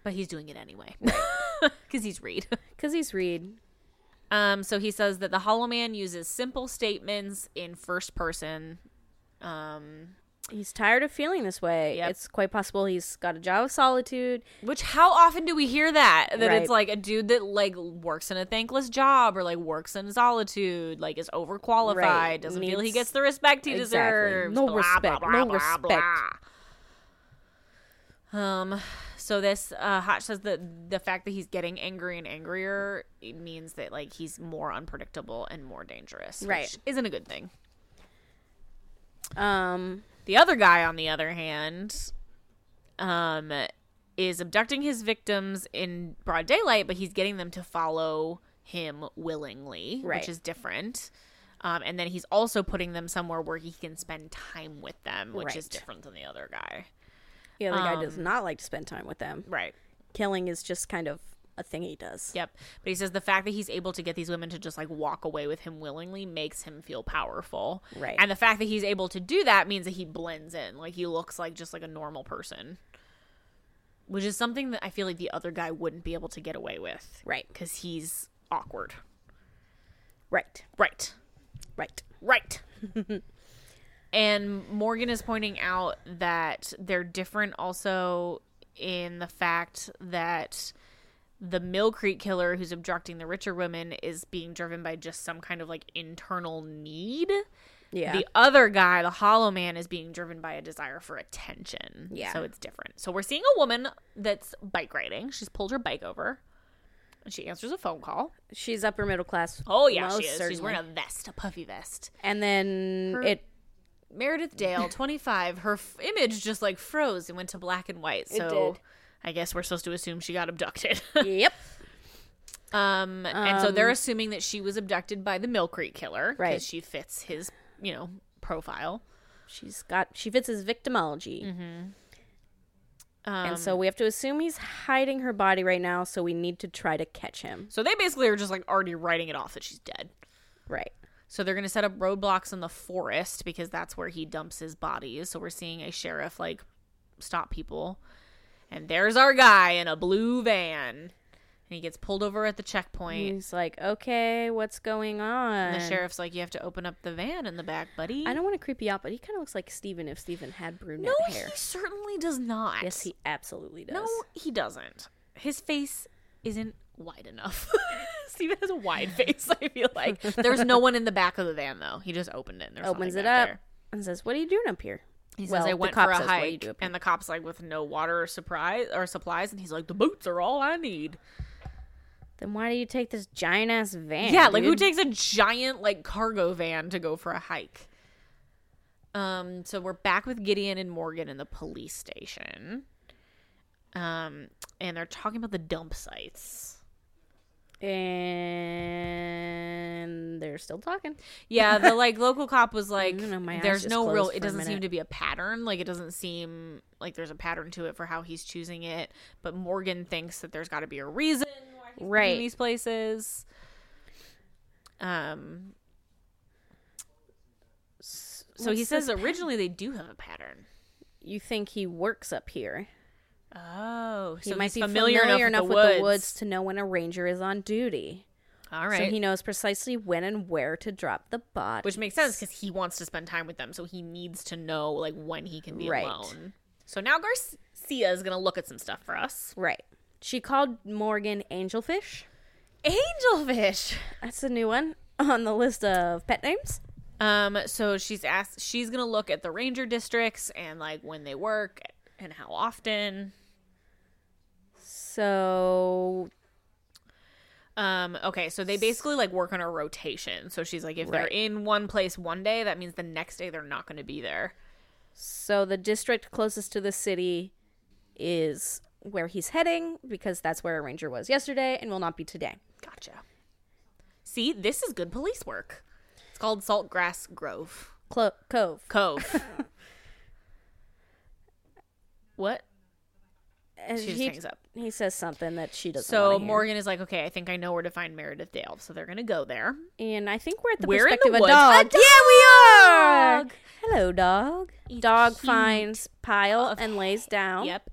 A: but he's doing it anyway because he's Reed.
B: Because he's Reed.
A: Um, so he says that the Hollow Man uses simple statements in first person. Um,
B: He's tired of feeling this way.
A: Yep.
B: It's quite possible he's got a job of solitude.
A: which how often do we hear that? That it's
B: Right.
A: like a dude that like works in a thankless job or like works in solitude, like is overqualified,
B: Right.
A: doesn't feel he
B: Needs-
A: gets the respect he
B: Exactly.
A: deserves.
B: No
A: blah, blah,
B: respect,
A: blah,
B: no
A: blah,
B: respect.
A: blah. Um, so this uh, Hotch says that the fact that he's getting angry and angrier it means that like he's more unpredictable and more dangerous, which
B: Right.
A: Isn't a good thing.
B: Um,
A: The other guy, on the other hand, um, is abducting his victims in broad daylight, but he's getting them to follow him willingly, which
B: Right.
A: is different. Um, and then he's also putting them somewhere where he can spend time with them, which is
B: Right.
A: different than the other guy. Um.
B: the other guy does not like to spend time with them.
A: Right.
B: Killing is just kind of a thing he does.
A: Yep. But he says the fact that he's able to get these women to just like walk away with him willingly makes him feel powerful.
B: Right.
A: And the fact that he's able to do that means that he blends in. Like he looks like just like a normal person. Which is something that I feel like the other guy wouldn't be able to get away with.
B: Right.
A: Because he's awkward.
B: Right.
A: Right.
B: Right.
A: Right. and Morgan is pointing out that they're different also in the fact that the Mill Creek killer who's abducting the richer women is being driven by just some kind of like internal need.
B: Yeah.
A: The other guy, the Hollow Man, is being driven by a desire for attention.
B: Yeah.
A: So it's different. So we're seeing a woman that's bike riding. She's pulled her bike over and she answers a phone call.
B: She's upper middle class.
A: Oh, yeah,
B: most
A: she is. She's
B: certainly.
A: wearing a vest, a puffy vest.
B: And then
A: Her-
B: it
A: Meredith Dale, 25, her f- image just like froze and went to black and white. So
B: did.
A: I guess we're supposed to assume she got abducted.
B: Yep.
A: um, and so they're assuming that she was abducted by the Mill Creek killer because
B: Right.
A: she fits his, you know, profile.
B: She's got she fits his victimology.
A: Um,
B: and so we have to assume he's hiding her body right now, so we need to try to catch him.
A: So they basically are just like already writing it off that she's dead.
B: Right.
A: So they're going to set up roadblocks in the forest because that's where he dumps his bodies. So we're seeing a sheriff like stop people. And there's our guy in a blue van. And he gets pulled over at the checkpoint.
B: He's like, okay, what's going on?
A: And the sheriff's like, you have to open up the van in the back, buddy.
B: I don't want to creep you out, but he kind of looks like Steven if Steven had brunette
A: No,
B: hair.
A: he certainly does not.
B: Yes, he absolutely does.
A: No, he doesn't. His face isn't wide enough. Steven has a wide face. I feel like there's no one in the back of the van though. He just opened it. And there's
B: Opens
A: nothing
B: it
A: back
B: up
A: there.
B: and says, "What are you doing up here?"
A: He
B: Well,
A: says, "I
B: the
A: went
B: cop
A: for a
B: says, "What do you
A: hike,"
B: do up
A: and the cop's like, "With no water or surprise or supplies," and he's like, "The boots are all I need."
B: Then why do you take this giant ass van?
A: Yeah, like who
B: dude?
A: takes a giant like cargo van to go for a hike? Um, so we're back with Gideon and Morgan in the police station. Um, and they're talking about the dump sites.
B: And they're still talking.
A: Yeah, the like local cop was like,
B: don't know, my eyes
A: "There's
B: just
A: no real.
B: closed
A: It
B: for a
A: doesn't seem
B: minute.
A: to be a pattern. Like it doesn't seem like there's a pattern to it for how he's choosing it." But Morgan thinks that there's got to be a reason why he's right.
B: Right.
A: these places. Um. So he
B: What's
A: says originally they do have a pattern.
B: You think he works up here?
A: Oh, so
B: he might
A: he's
B: be
A: familiar, enough, with, the, woods.
B: to know when a ranger is on duty.
A: All right,
B: So he knows precisely when and where to drop the body.
A: which makes sense because he wants to spend time with them, so he needs to know like when he can be
B: Right.
A: alone. So now Garcia is gonna look at some stuff for us.
B: right. She called Morgan angelfish.
A: Angelfish.
B: That's a new one on the list of pet names.
A: Um, so she's asked. She's gonna look at the ranger districts and like when they work and how often.
B: So
A: Um, okay, so they basically like work on a rotation. So she's like, if they're
B: Right.
A: in one place one day, that means the next day they're not gonna be there.
B: so the district closest to the city is where he's heading because that's where a ranger was yesterday and will not be today.
A: Gotcha. See, this is good police work. It's called Saltgrass Grove
B: Clo- Cove.
A: Cove. what?
B: And
A: She just
B: he,
A: hangs up.
B: he says something that she doesn't.
A: So
B: wanna hear.
A: Morgan is like, okay, I think I know where to find Meredith Dale. So they're gonna go there.
B: and I think we're at the
A: We're in the
B: perspective of
A: woods.
B: a dog.
A: A dog!
B: Yeah, we are. Hello, dog.
A: He's
B: dog
A: cute.
B: finds pile and lays down.
A: Yep.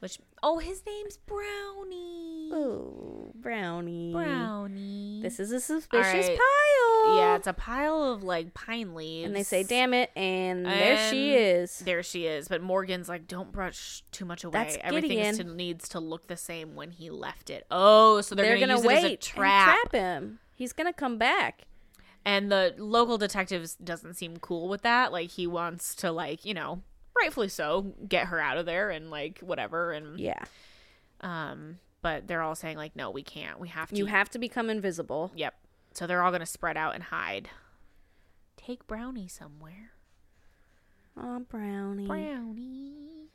A: Which oh, his name's Brownie.
B: Ooh, brownie.
A: Brownie.
B: This is a suspicious
A: right.
B: pile.
A: yeah, it's a pile of like pine leaves.
B: Uh, and they say, "Damn it!" And, there she
A: And
B: is.
A: There she is. But Morgan's like, don't brush too much away.
B: That's
A: Everything is to,
B: Gideon.
A: needs to look the same when he left it. Oh, so they're,
B: They're,
A: gonna,
B: gonna,
A: use it as
B: wait
A: a trap.
B: and trap him. He's gonna come back.
A: And the local detectives doesn't seem cool with that. Like he wants to like, you know, rightfully so, get her out of there and like whatever and
B: Yeah,
A: um but they're all saying like, no, we can't. We have to
B: you have to become invisible.
A: Yep. So they're all going to spread out and hide. Take Brownie somewhere.
B: Oh,
A: Mm.
B: brownie.
A: Brownie.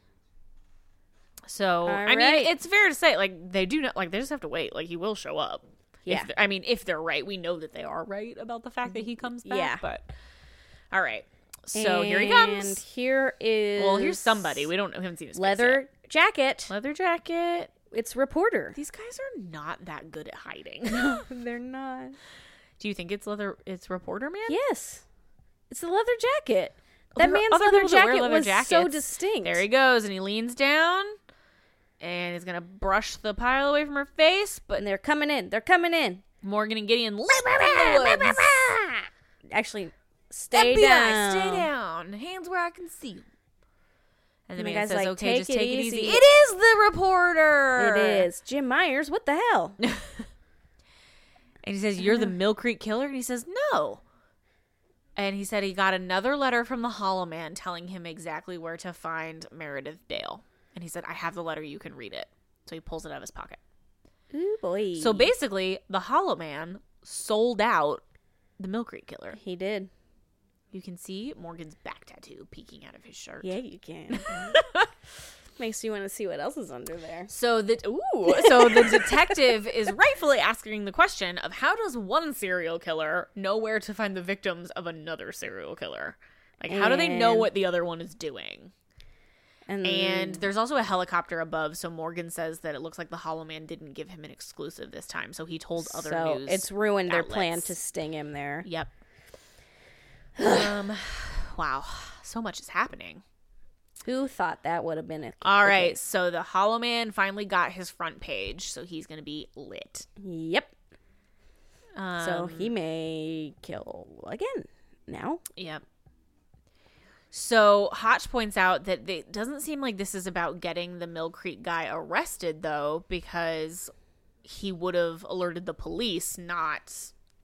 A: So, I
B: right.
A: mean, it's fair to say like they do not like they just have to wait. Like he will show up. If
B: Yeah.
A: th- I mean, if they're right, we know that they are right about the fact that he comes back,
B: Yeah.
A: but All right. So, here he
B: And
A: comes.
B: here is
A: Well, here's somebody. We don't we haven't seen his face
B: leather jacket.
A: yet. leather jacket.
B: it's reporter.
A: These guys are not that good at hiding.
B: They're not.
A: Do you think it's leather? It's reporter man.
B: Yes, it's the leather jacket. That
A: There are
B: man's
A: other
B: leather
A: people that wear
B: jacket
A: leather
B: was so
A: jackets.
B: distinct.
A: There he goes, and he leans down, and he's gonna brush the pile away from her face. But
B: and they're coming in. They're coming in.
A: Morgan and Gideon leap through the woods.
B: Actually, stay
A: FBI,
B: down.
A: Stay down. Hands where I can see. you. And the
B: And the
A: man
B: guy's
A: says,
B: like,
A: "Okay,
B: "Take
A: just
B: it
A: take it easy.
B: easy."
A: It is the reporter.
B: It is Jim Myers. What the hell?
A: And he says, "You're
B: Mm-hmm.
A: the Mill Creek Killer." And he says, "No." And he said he got another letter from the Hollow Man telling him exactly where to find Meredith Dale. And he said, "I have the letter. You can read it." So he pulls it out of his pocket.
B: Ooh boy.
A: So basically, the Hollow Man sold out the Mill Creek Killer.
B: he did.
A: You can see Morgan's back tattoo peeking out of his shirt.
B: Yeah, you can. Makes you want to see what else is under there.
A: So the ooh, so the detective is rightfully asking the question of how does one serial killer know where to find the victims of another serial killer? Like how do they know
B: And-
A: what the other one is doing?
B: And,
A: And there's also a helicopter above, so Morgan says that it looks like the Hollow Man didn't give him an exclusive this time, so he told other
B: so
A: news.
B: it's ruined their plan
A: outlets.
B: to sting him there.
A: yep. um, wow, so much is happening.
B: Who thought that would have been it?
A: All right, so the Hollow Man finally got his front page, so he's gonna be lit.
B: Yep.
A: Um,
B: So he may kill again now.
A: Yep. So Hotch points out that they- it doesn't seem like this is about getting the Mill Creek guy arrested, though, because he would have alerted the police, not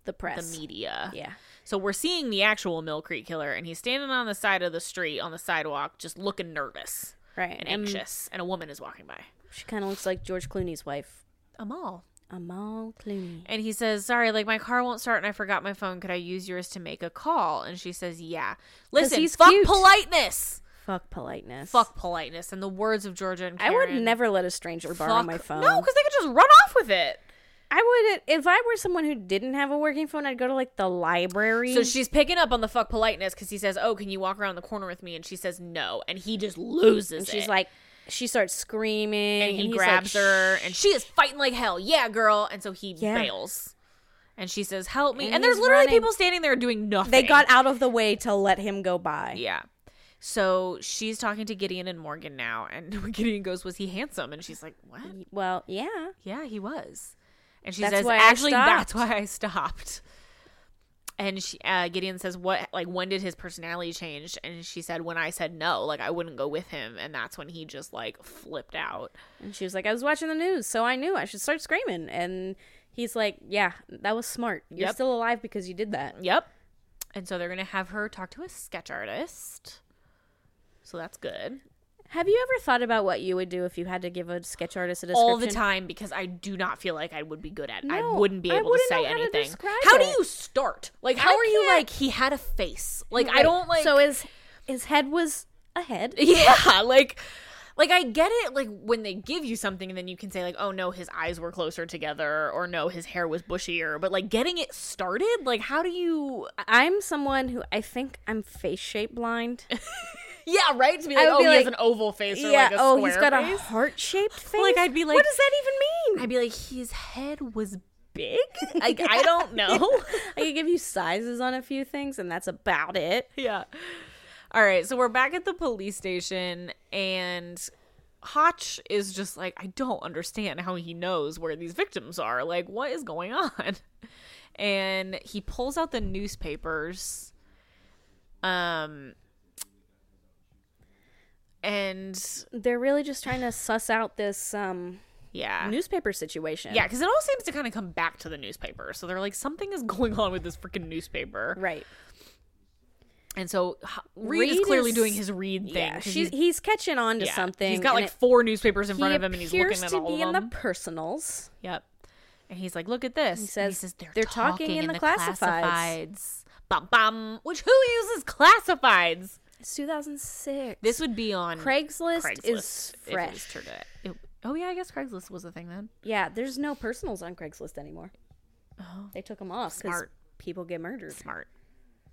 B: The
A: the
B: press.
A: media.
B: Yeah.
A: So we're seeing the actual Mill Creek killer, and he's standing on the side of the street on the sidewalk, just looking nervous
B: Right.
A: and anxious, and a woman is walking by.
B: She kind of looks like George Clooney's wife,
A: Amal.
B: Amal Clooney.
A: And he says, Sorry, like my car won't start and I forgot my phone. Could I use yours to make a call? And she says, Yeah. Listen,
B: he's
A: fuck
B: cute.
A: politeness.
B: Fuck politeness.
A: fuck politeness in the words of Georgia and
B: I
A: Karen.
B: would never let a stranger borrow
A: fuck-
B: my phone.
A: No, because they could just run off with it.
B: I would. If I were someone who didn't have a working phone, I'd go to like the library.
A: So she's picking up on the fuck politeness because he says, "Oh, can you walk around the corner with me?" And she says, "No," and he just loses.
B: And she's
A: it.
B: like, she starts screaming,
A: and he
B: he's
A: grabs
B: like,
A: her,
B: "Shh."
A: and she is fighting like hell. Yeah, girl. And so he
B: Yeah.
A: bails, and she says, "Help me!" And,
B: And
A: there's
B: he's
A: literally
B: running.
A: people standing there doing nothing.
B: They got out of the way to let him go by.
A: yeah. So she's talking to Gideon and Morgan now, and Gideon goes, "Was he handsome?" And she's like, "What?"
B: Well, yeah.
A: Yeah, he was. And she
B: That's
A: says,
B: why I
A: actually, that's
B: stopped."
A: why I stopped. And she, uh, Gideon says, what, like, when did his personality change? And she said, when I said no, like, I wouldn't go with him. And that's when he just, like, flipped out.
B: And she was like, I was watching the news, so I knew I should start screaming. And he's like, Yeah, that was smart. You're
A: Yep.
B: still alive because you did that.
A: Yep. And so they're going to have her talk to a sketch artist. So that's good.
B: Have you ever thought about what you would do if you had to give a sketch artist a description?
A: All the time because I do not feel like I would be good at it. I
B: No,
A: wouldn't be
B: I
A: able
B: wouldn't
A: to say
B: know how to
A: anything.
B: describe
A: how do
B: it.
A: you start? Like, how are you,
B: can't-
A: like, he had a face? Like, I
B: Right.
A: don't, like.
B: So his his head was a head.
A: Yeah, like like I get it like when they give you something and then you can say like oh no his eyes were closer together or no his hair was bushier but like getting it started like how do you
B: I'm someone who I think I'm face shape blind.
A: Yeah, right? To be
B: I
A: like
B: would
A: oh
B: be
A: he has
B: like,
A: an oval face or
B: yeah.
A: like a
B: oh,
A: square
B: he's got
A: face.
B: a heart shaped face.
A: Like, I'd be like-
B: what does that even mean?
A: I'd be like his head was big? Like I don't know.
B: I could give you sizes on a few things, and that's about it.
A: yeah. All right, so we're back at the police station and Hotch is just like, I don't understand how he knows where these victims are. Like, what is going on? And he pulls out the newspapers. Um and
B: They're really just trying to suss out this um,
A: yeah.
B: newspaper situation.
A: yeah, because it all seems to kind of come back to the newspaper. So they're like, something is going on with this freaking newspaper.
B: Right.
A: And so H- Reed, is
B: Reed
A: clearly
B: is-
A: doing his Reed thing.
B: Yeah.
A: 'cause
B: She's,
A: he's-
B: he's catching on to
A: yeah,
B: something.
A: He's got
B: and
A: like
B: it-
A: four newspapers in
B: he
A: front of him, and he's
B: appears
A: looking at
B: to
A: all
B: be
A: of
B: in
A: them.
B: the personals.
A: Yep. And he's like, look at this. He
B: says,
A: he says they're,
B: "They're
A: talking, in the, classifieds.
B: classifieds."
A: Bum bum. Which who uses classifieds?
B: It's 2006.
A: This would be on
B: Craigslist,
A: Craigslist
B: is
A: if it was
B: fresh.
A: today. It- oh yeah, I guess Craigslist was a thing then.
B: Yeah, there's no personals on Craigslist anymore.
A: Oh.
B: They took them off because
A: Smart.
B: people get murdered.
A: Smart.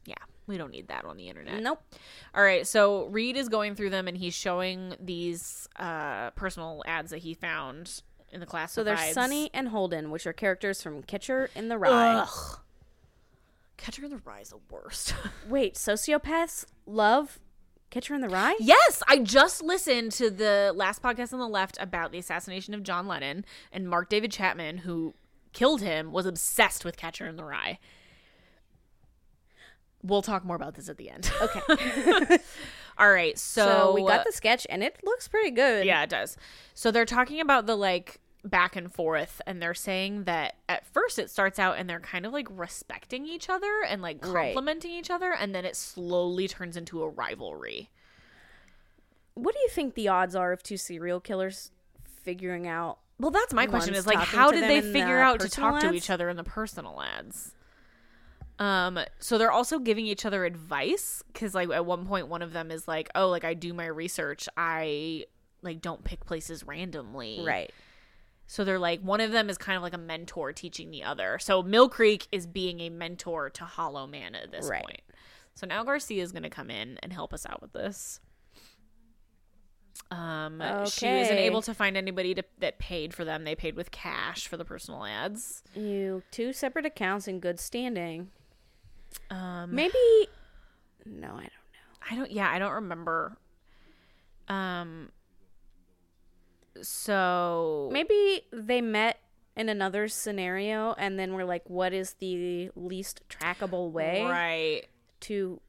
A: Yeah, we don't need that on the internet.
B: Nope.
A: All right, so Reed is going through them and he's showing these uh, personal ads that he found in the class.
B: So there's Sunny and Holden, which are characters from Catcher in the Rye.
A: Ugh. Catcher in the Rye is the worst.
B: Wait, sociopaths love Catcher in the Rye?
A: yes, I just listened to the last podcast on the left about the assassination of John Lennon and Mark David Chapman, who killed him, was obsessed with Catcher in the Rye. We'll talk more about this at the end.
B: Okay.
A: All right, so, uh,
B: So we got the sketch, and it looks pretty good.
A: Yeah, it does. So they're talking about the like back and forth and they're saying that at first it starts out and they're kind of like respecting each other and like
B: Right.
A: complimenting each other and then it slowly turns into a rivalry.
B: What do you think the odds are of two serial killers figuring out?
A: Well, that's my question
B: One's
A: is like
B: talking
A: how
B: to
A: did
B: them
A: they
B: in the
A: figure out to
B: personal
A: talk to
B: ads?
A: each other in the personal ads? Um so they're also giving each other advice cuz like at one point one of them is like, "Oh, like I do my research. I like don't pick places randomly."
B: Right.
A: So they're like one of them is kind of like a mentor teaching the other. So Mill Creek is being a mentor to Hollow Man at this
B: Right.
A: point. So now Garcia is going to come in and help us out with this. Um, she isn't
B: Okay.
A: able to find anybody to, that paid for them. They paid with cash for the personal ads.
B: You two separate accounts in good standing.
A: Um,
B: Maybe. No, I don't know.
A: I don't. Yeah, I don't remember. Um. So
B: Maybe they met in another scenario, and then we're like, "What is the least trackable way
A: right.
B: to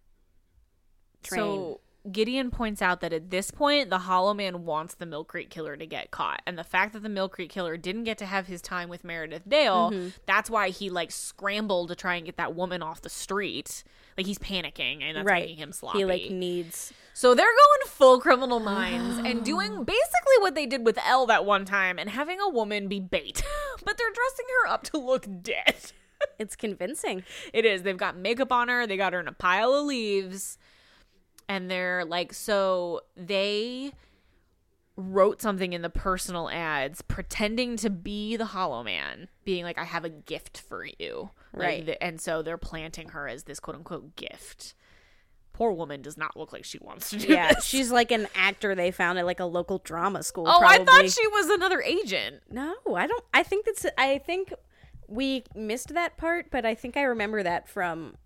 B: train?"
A: So Gideon points out that at this point, the Hollow Man wants the Mill Creek Killer to get caught, and the fact that the Mill Creek Killer didn't get to have his time with Meredith Dale,
B: Mm-hmm.
A: that's why he like scrambled to try and get that woman off the street. Like he's panicking, and that's
B: right.
A: making him sloppy.
B: He like needs.
A: so they're going full criminal minds and doing basically what they did with Elle that one time, and having a woman be bait, but they're dressing her up to look dead.
B: It's convincing.
A: It is. They've got makeup on her. They got her in a pile of leaves. And they're like, so they wrote something in the personal ads pretending to be the Hollow Man, being like, I have a gift for you. Like,
B: Right.
A: th- and so they're planting her as this quote unquote gift. Poor woman does not look like she wants to do
B: Yeah,
A: this.
B: she's like an actor they found at like a local drama school.
A: Oh, I
B: probably.
A: thought she was another agent.
B: No, I don't. I think that's. I think we missed that part, but I think I remember that from.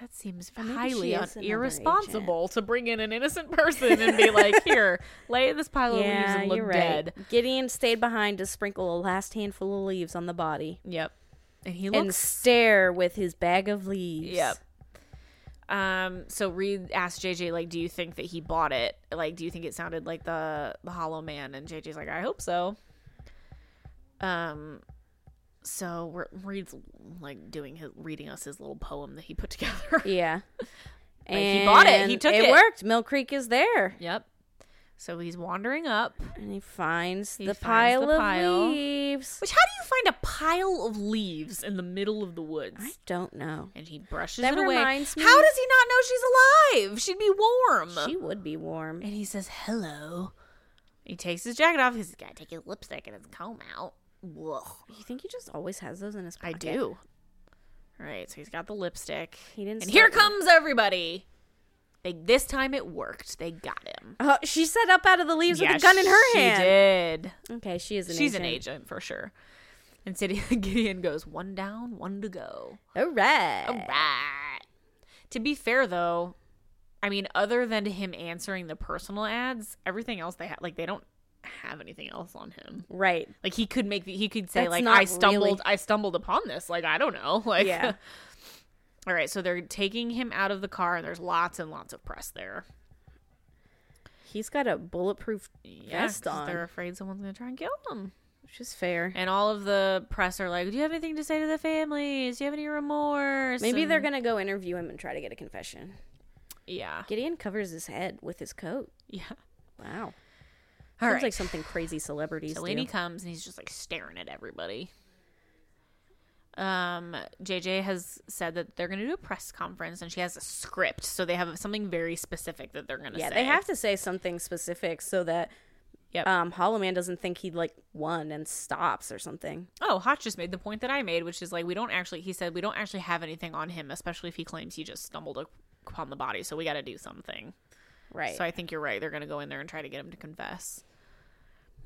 A: That seems
B: maybe
A: highly
B: she
A: un-
B: is another
A: irresponsible to bring in an innocent person and be like, here, lay this pile of leaves and Oh, look dead.
B: Gideon stayed behind to sprinkle a last handful of leaves on the body
A: Yep. And he
B: and
A: looks
B: stare with his bag of leaves.
A: Yep. Um so Reed asked JJ like do you think that he bought it? Like do you think it sounded like the the Hollow Man and JJ's like I hope so. Um so we're, Reed's like doing his reading us his little poem that he put together.
B: Yeah.
A: he bought it. He
B: And
A: took
B: it.
A: it.
B: worked. Mill Creek is there,
A: yep. So he's wandering up.
B: and he finds
A: He
B: the
A: finds
B: pile
A: the
B: of
A: pile.
B: leaves.
A: Which how do you find a pile of leaves in the middle of the woods?
B: I don't know.
A: and he brushes
B: That
A: it away.
B: reminds me-
A: How does he not know she's alive? She'd be warm.
B: She would be warm.
A: and he says hello. He takes his jacket off. He's got to take his lipstick and his comb out. Ugh.
B: You think he just always has those in his
A: I
B: pocket?
A: do. All right, so he's got the lipstick.
B: He didn't
A: And here
B: start
A: comes everybody. They this time it worked. They got him.
B: Oh, she set up out of the leaves
A: Yeah,
B: with a gun in her
A: she
B: hand.
A: did.
B: Okay, she is an
A: She's
B: agent.
A: an agent for sure. And City Gideon goes one down, one to go.
B: All right.
A: All right. To be fair, though, I mean, other than him answering the personal ads, everything else they had, like, they don't have anything else on him.
B: Right.
A: Like, he could make, the, he could say,
B: That's
A: like,
B: not
A: I stumbled,
B: really-
A: I stumbled upon this. Like, I don't know. Like,
B: Yeah.
A: all right. So they're taking him out of the car, and there's lots and lots of press there.
B: He's got a bulletproof
A: Yeah,
B: vest
A: 'cause
B: on,
A: They're afraid someone's going to try and kill him.
B: which is fair.
A: And all of the press are like, Do you have anything to say to the families? Do you have any remorse?
B: Maybe they're
A: And-
B: going to go interview him and try to get a confession.
A: Yeah.
B: Gideon covers his head with his coat.
A: Yeah.
B: Wow.
A: All
B: Seems
A: right.
B: like something crazy celebrities
A: So
B: do.
A: Laney comes and he's just like staring at everybody. Um, JJ has said that they're going to do a press conference and she has a script, so they have something very specific that they're going to
B: yeah,
A: say.
B: they have to say something specific so that
A: Yep.
B: um, Hollow Man doesn't think he like won and stops or something.
A: Oh, Hotch just made the point that I made, which is like we don't actually. He said we don't actually have anything on him, especially if he claims he just stumbled upon the body. So we got to do something.
B: Right.
A: So I think you're right. They're going to go in there and try to get him to confess.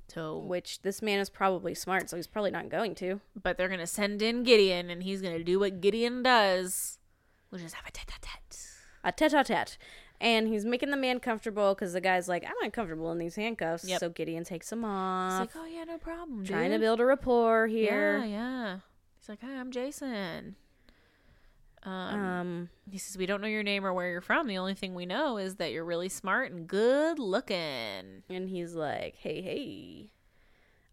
A: So,
B: which this man is probably smart, so he's probably not going to.
A: but they're gonna send in Gideon, and he's gonna do what Gideon does, which is have a tete-a-tete.
B: A tete a tete. And he's making the man comfortable because the guy's like, I'm uncomfortable in these handcuffs.
A: Yep.
B: So Gideon takes them
A: It's
B: off.
A: like, oh yeah, no problem.
B: trying to
A: dude."
B: build a rapport
A: Yeah,
B: here.
A: yeah. He's like, hi, I'm Jason. Um,
B: Um,
A: He says, We don't know your name or where you're from. The only thing we know is that you're really smart and good looking.
B: and he's like, hey, hey.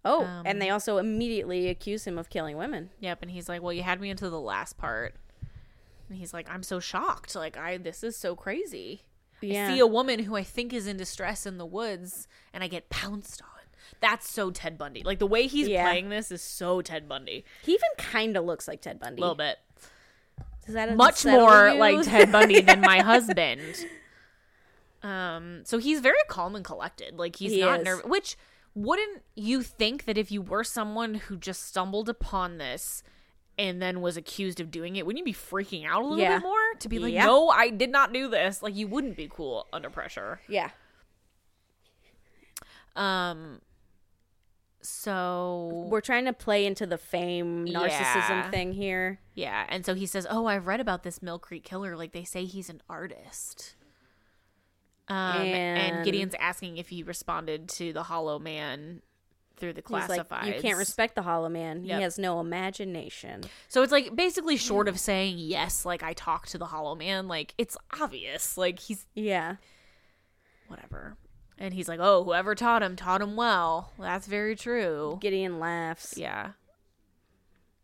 B: Oh,
A: Um,
B: and they also immediately accuse him of killing women.
A: Yep. And he's like, Well, you had me into the last part. And he's like, I'm so shocked. Like, I, this is so crazy.
B: Yeah.
A: I see a woman who I think is in distress in the woods and I get pounced on. That's so Ted Bundy. Like, the way he's
B: Yeah.
A: playing this is so Ted Bundy.
B: he even kind of looks like Ted Bundy.
A: A little bit.
B: Does that
A: much
B: unsettle
A: more
B: you?
A: like Ted Bundy than my husband. Um, so he's very calm and collected. Like he's
B: He
A: not
B: is.
A: nervous. Which wouldn't you think that if you were someone who just stumbled upon this and then was accused of doing it, wouldn't you be freaking out a little
B: Yeah.
A: bit more? To be like,
B: Yeah.
A: no, I did not do this. Like you wouldn't be cool under pressure.
B: yeah.
A: Um. So
B: We're trying to play into the fame narcissism
A: Yeah.
B: thing here.
A: Yeah, and so he says, "Oh, I've read about this Mill Creek killer. Like they say he's an artist." Um, and,
B: And-
A: Gideon's asking if he responded to the Hollow Man through the
B: He's like,
A: classifieds.
B: you can't respect the Hollow Man.
A: Yep.
B: He has no imagination.
A: so it's like basically short of saying yes. Like I talked to the Hollow Man. Like it's obvious. Like he's
B: Yeah.
A: whatever. And he's like, "Oh, whoever taught him taught him well. That's very true."
B: Gideon laughs.
A: Yeah.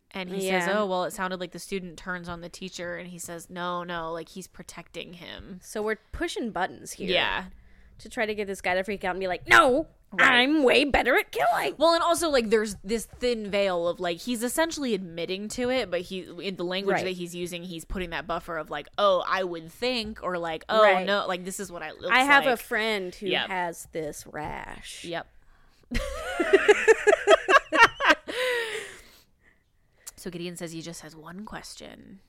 A: And he says,
B: Yeah.
A: "Oh, well, it sounded like the student turns on the teacher." And he says, "No, no, like he's protecting him."
B: So we're pushing buttons here.
A: Yeah.
B: To try to get this guy to freak out and be like, no,
A: Right.
B: I'm way better at killing.
A: Well, and also like there's this thin veil of like he's essentially admitting to it, but he in the language
B: Right.
A: that he's using, he's putting that buffer of like, oh, I would think, or like, oh
B: Right.
A: no, like this is what I. Looks
B: I have a
A: like.
B: friend who
A: Yep.
B: has this rash.
A: Yep. so Gideon says he just has one question.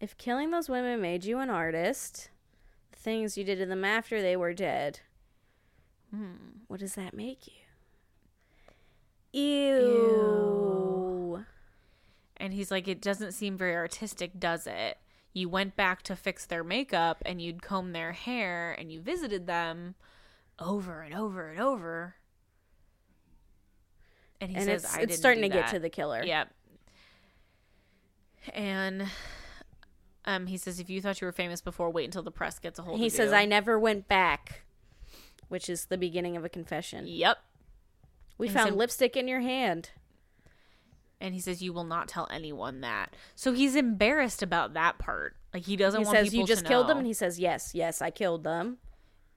B: If killing those women made you an artist, the things you did to them after they were dead,
A: Hmm.
B: what does that make you? Ew.
A: And he's like, it doesn't seem very artistic, does it? You went back to fix their makeup and you'd comb their hair and you visited them over and over and over. And he
B: And
A: says,
B: it's,
A: I
B: it's
A: didn't
B: starting
A: do
B: to get
A: that.
B: to the killer.
A: Yep. And um, he says, if you thought you were famous before, wait until the press gets a hold
B: He
A: of
B: says,
A: you.
B: I never went back, which is the beginning of a confession.
A: Yep.
B: We
A: And he
B: found
A: said-
B: lipstick in your hand.
A: And he says, you will not tell anyone that. So he's embarrassed about that part. Like he doesn't
B: He
A: want
B: says,
A: people
B: You
A: to
B: just killed them?
A: know.
B: And he says, Yes, yes, I killed them.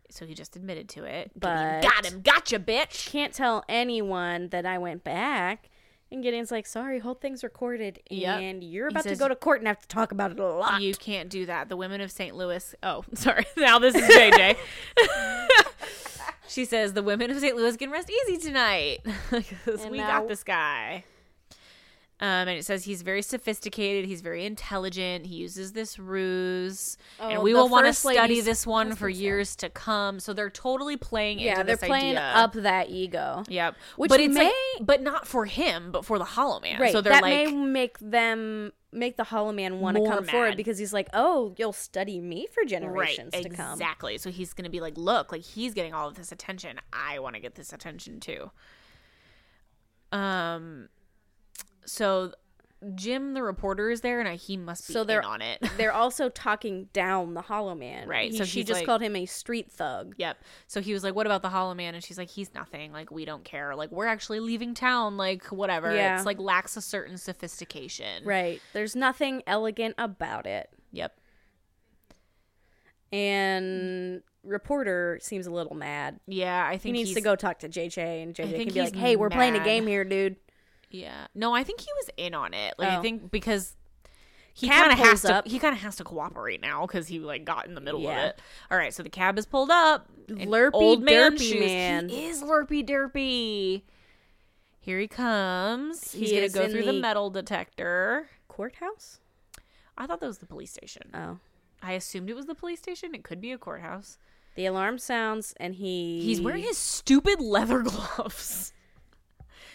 A: So he just admitted to it.
B: But-
A: Gideon got him, gotcha, bitch.
B: Can't tell anyone that I went back. And Gideon's like, Sorry, whole thing's recorded.
A: Yep.
B: And you're
A: He
B: about
A: says-
B: to go to court and have to talk about it a lot.
A: You can't do that. The women of St. Louis. Oh, sorry. Now this is JJ. she says the women of St. Louis can rest easy tonight 'Cause
B: And
A: we
B: now-
A: got this guy. Um, and it says he's very sophisticated. He's very intelligent. He uses this ruse, and
B: Oh,
A: we
B: the
A: will want to
B: first
A: study
B: lady's
A: this one for
B: husband's
A: years to come. So they're totally playing
B: yeah,
A: into
B: they're
A: this
B: playing
A: idea.
B: up that ego.
A: Yep.
B: Which
A: but it's like-
B: may-
A: but not for him, but for the Hollow Man.
B: Right.
A: So they're
B: that
A: like,
B: may make them make the Hollow Man want to
A: More
B: come forward
A: mad.
B: because he's like, Oh, you'll study me for
A: right,
B: generations to come.
A: exactly. So he's gonna be like, look, like he's getting all of this attention. I want to get this attention too. Um, so Jim, the reporter, is there, and I, he must be
B: So
A: in
B: they're-
A: on it.
B: They're also talking down the Hollow Man.
A: Right,
B: He-
A: so
B: she
A: he's
B: just
A: like-
B: called him a street thug.
A: Yep. So he was like, "What about the Hollow Man?" And she's like, "He's nothing. Like we don't care. Like we're actually leaving town. Like whatever.
B: Yeah.
A: It's like lacks a certain sophistication.
B: Right. There's nothing elegant about it.
A: Yep.
B: And reporter seems a little mad.
A: Yeah. I
B: He
A: think
B: needs
A: he's-
B: to go talk to JJ and JJ
A: think
B: can be
A: he's
B: like, "Hey, we're playing a
A: mad.
B: game here, dude."
A: Yeah. No, I think he was in on it. Like I
B: Oh.
A: think because he
B: Cab
A: kind of has
B: pulls
A: to
B: up.
A: he kind of has to cooperate now cuz he like got in the middle
B: Yeah.
A: of it. All right, so the cab is pulled up. and
B: Lurpy derpy
A: shoes-
B: man.
A: He is lurpy derpy. Here he comes.
B: He
A: He's going
B: is
A: to go
B: in
A: through the
B: the-
A: metal detector.
B: Courthouse?
A: I thought that was the police station.
B: Oh.
A: I assumed it was the police station. It could be a courthouse.
B: The alarm sounds, and he
A: He's wearing his stupid leather gloves.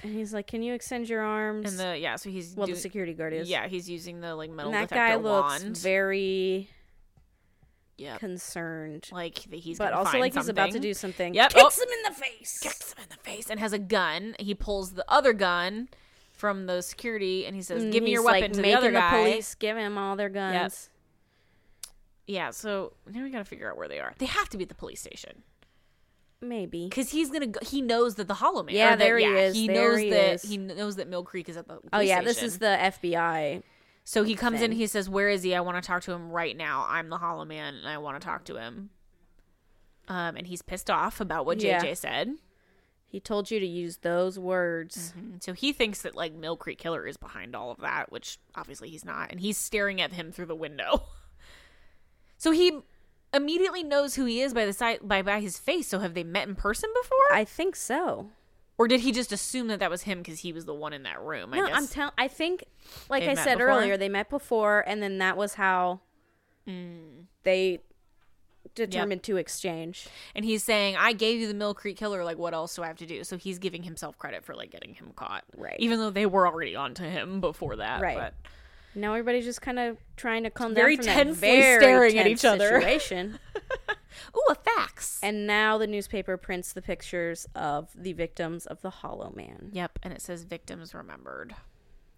B: And he's like, "Can you extend your arms?"
A: And the yeah, so he's
B: well,
A: doing-
B: the security guard is.
A: yeah, he's using the like metal
B: And that
A: detector
B: guy looks
A: wand.
B: very
A: yeah,
B: concerned,
A: like that he's
B: but
A: gonna
B: also
A: find
B: like he's about to
A: something.
B: do something.
A: Yep.
B: Kicks
A: Oh.
B: him in the face.
A: kicks him in the face and has a gun. He pulls the other gun from the security and he says,
B: And
A: "Give me your
B: Mm, he's,
A: weapon."
B: like,
A: to the
B: making
A: other guy.
B: police give him all their guns.
A: Yeah, so now we gotta figure out where they are. They have to be at the police station
B: Maybe.
A: because he's gonna. Go, he knows that the Hollow Man.
B: Yeah,
A: or that-
B: there he
A: yeah,
B: is,
A: He
B: there
A: knows
B: he
A: that
B: is.
A: he knows that Mill Creek is at the. Police
B: Oh yeah,
A: station.
B: this is the FBI.
A: So he comes in.
B: thing.
A: He says, "Where is he? I want to talk to him right now. I'm the Hollow Man, and I want to talk to him." Um, and he's pissed off about what
B: Yeah.
A: JJ said.
B: He told you to use those words.
A: Mm, So he thinks that like Mill Creek Killer is behind all of that, which obviously he's not, and he's staring at him through the window. So he immediately knows who he is by the side by by his face. So have they met in person before,
B: I think so.
A: or did he just assume that that was him because he was the one in that room?
B: No,
A: I guess.
B: I'm telling. I think, like
A: They
B: I
A: met
B: said
A: before?
B: earlier, they met before, and then that was how
A: Mm.
B: they determined to exchange.
A: and he's saying, "I gave you the Mill Creek Killer. Like, what else do I have to do?" So he's giving himself credit for like getting him caught,
B: Right.
A: Even though they were already onto him before that,
B: Right.
A: But
B: Now everybody's just kind of trying to calm
A: Very
B: down from that
A: tensely
B: very
A: staring at
B: tense
A: each other.
B: situation.
A: ooh, a fax.
B: and now the newspaper prints the pictures of the victims of the Hollow Man.
A: Yep, and it says victims remembered.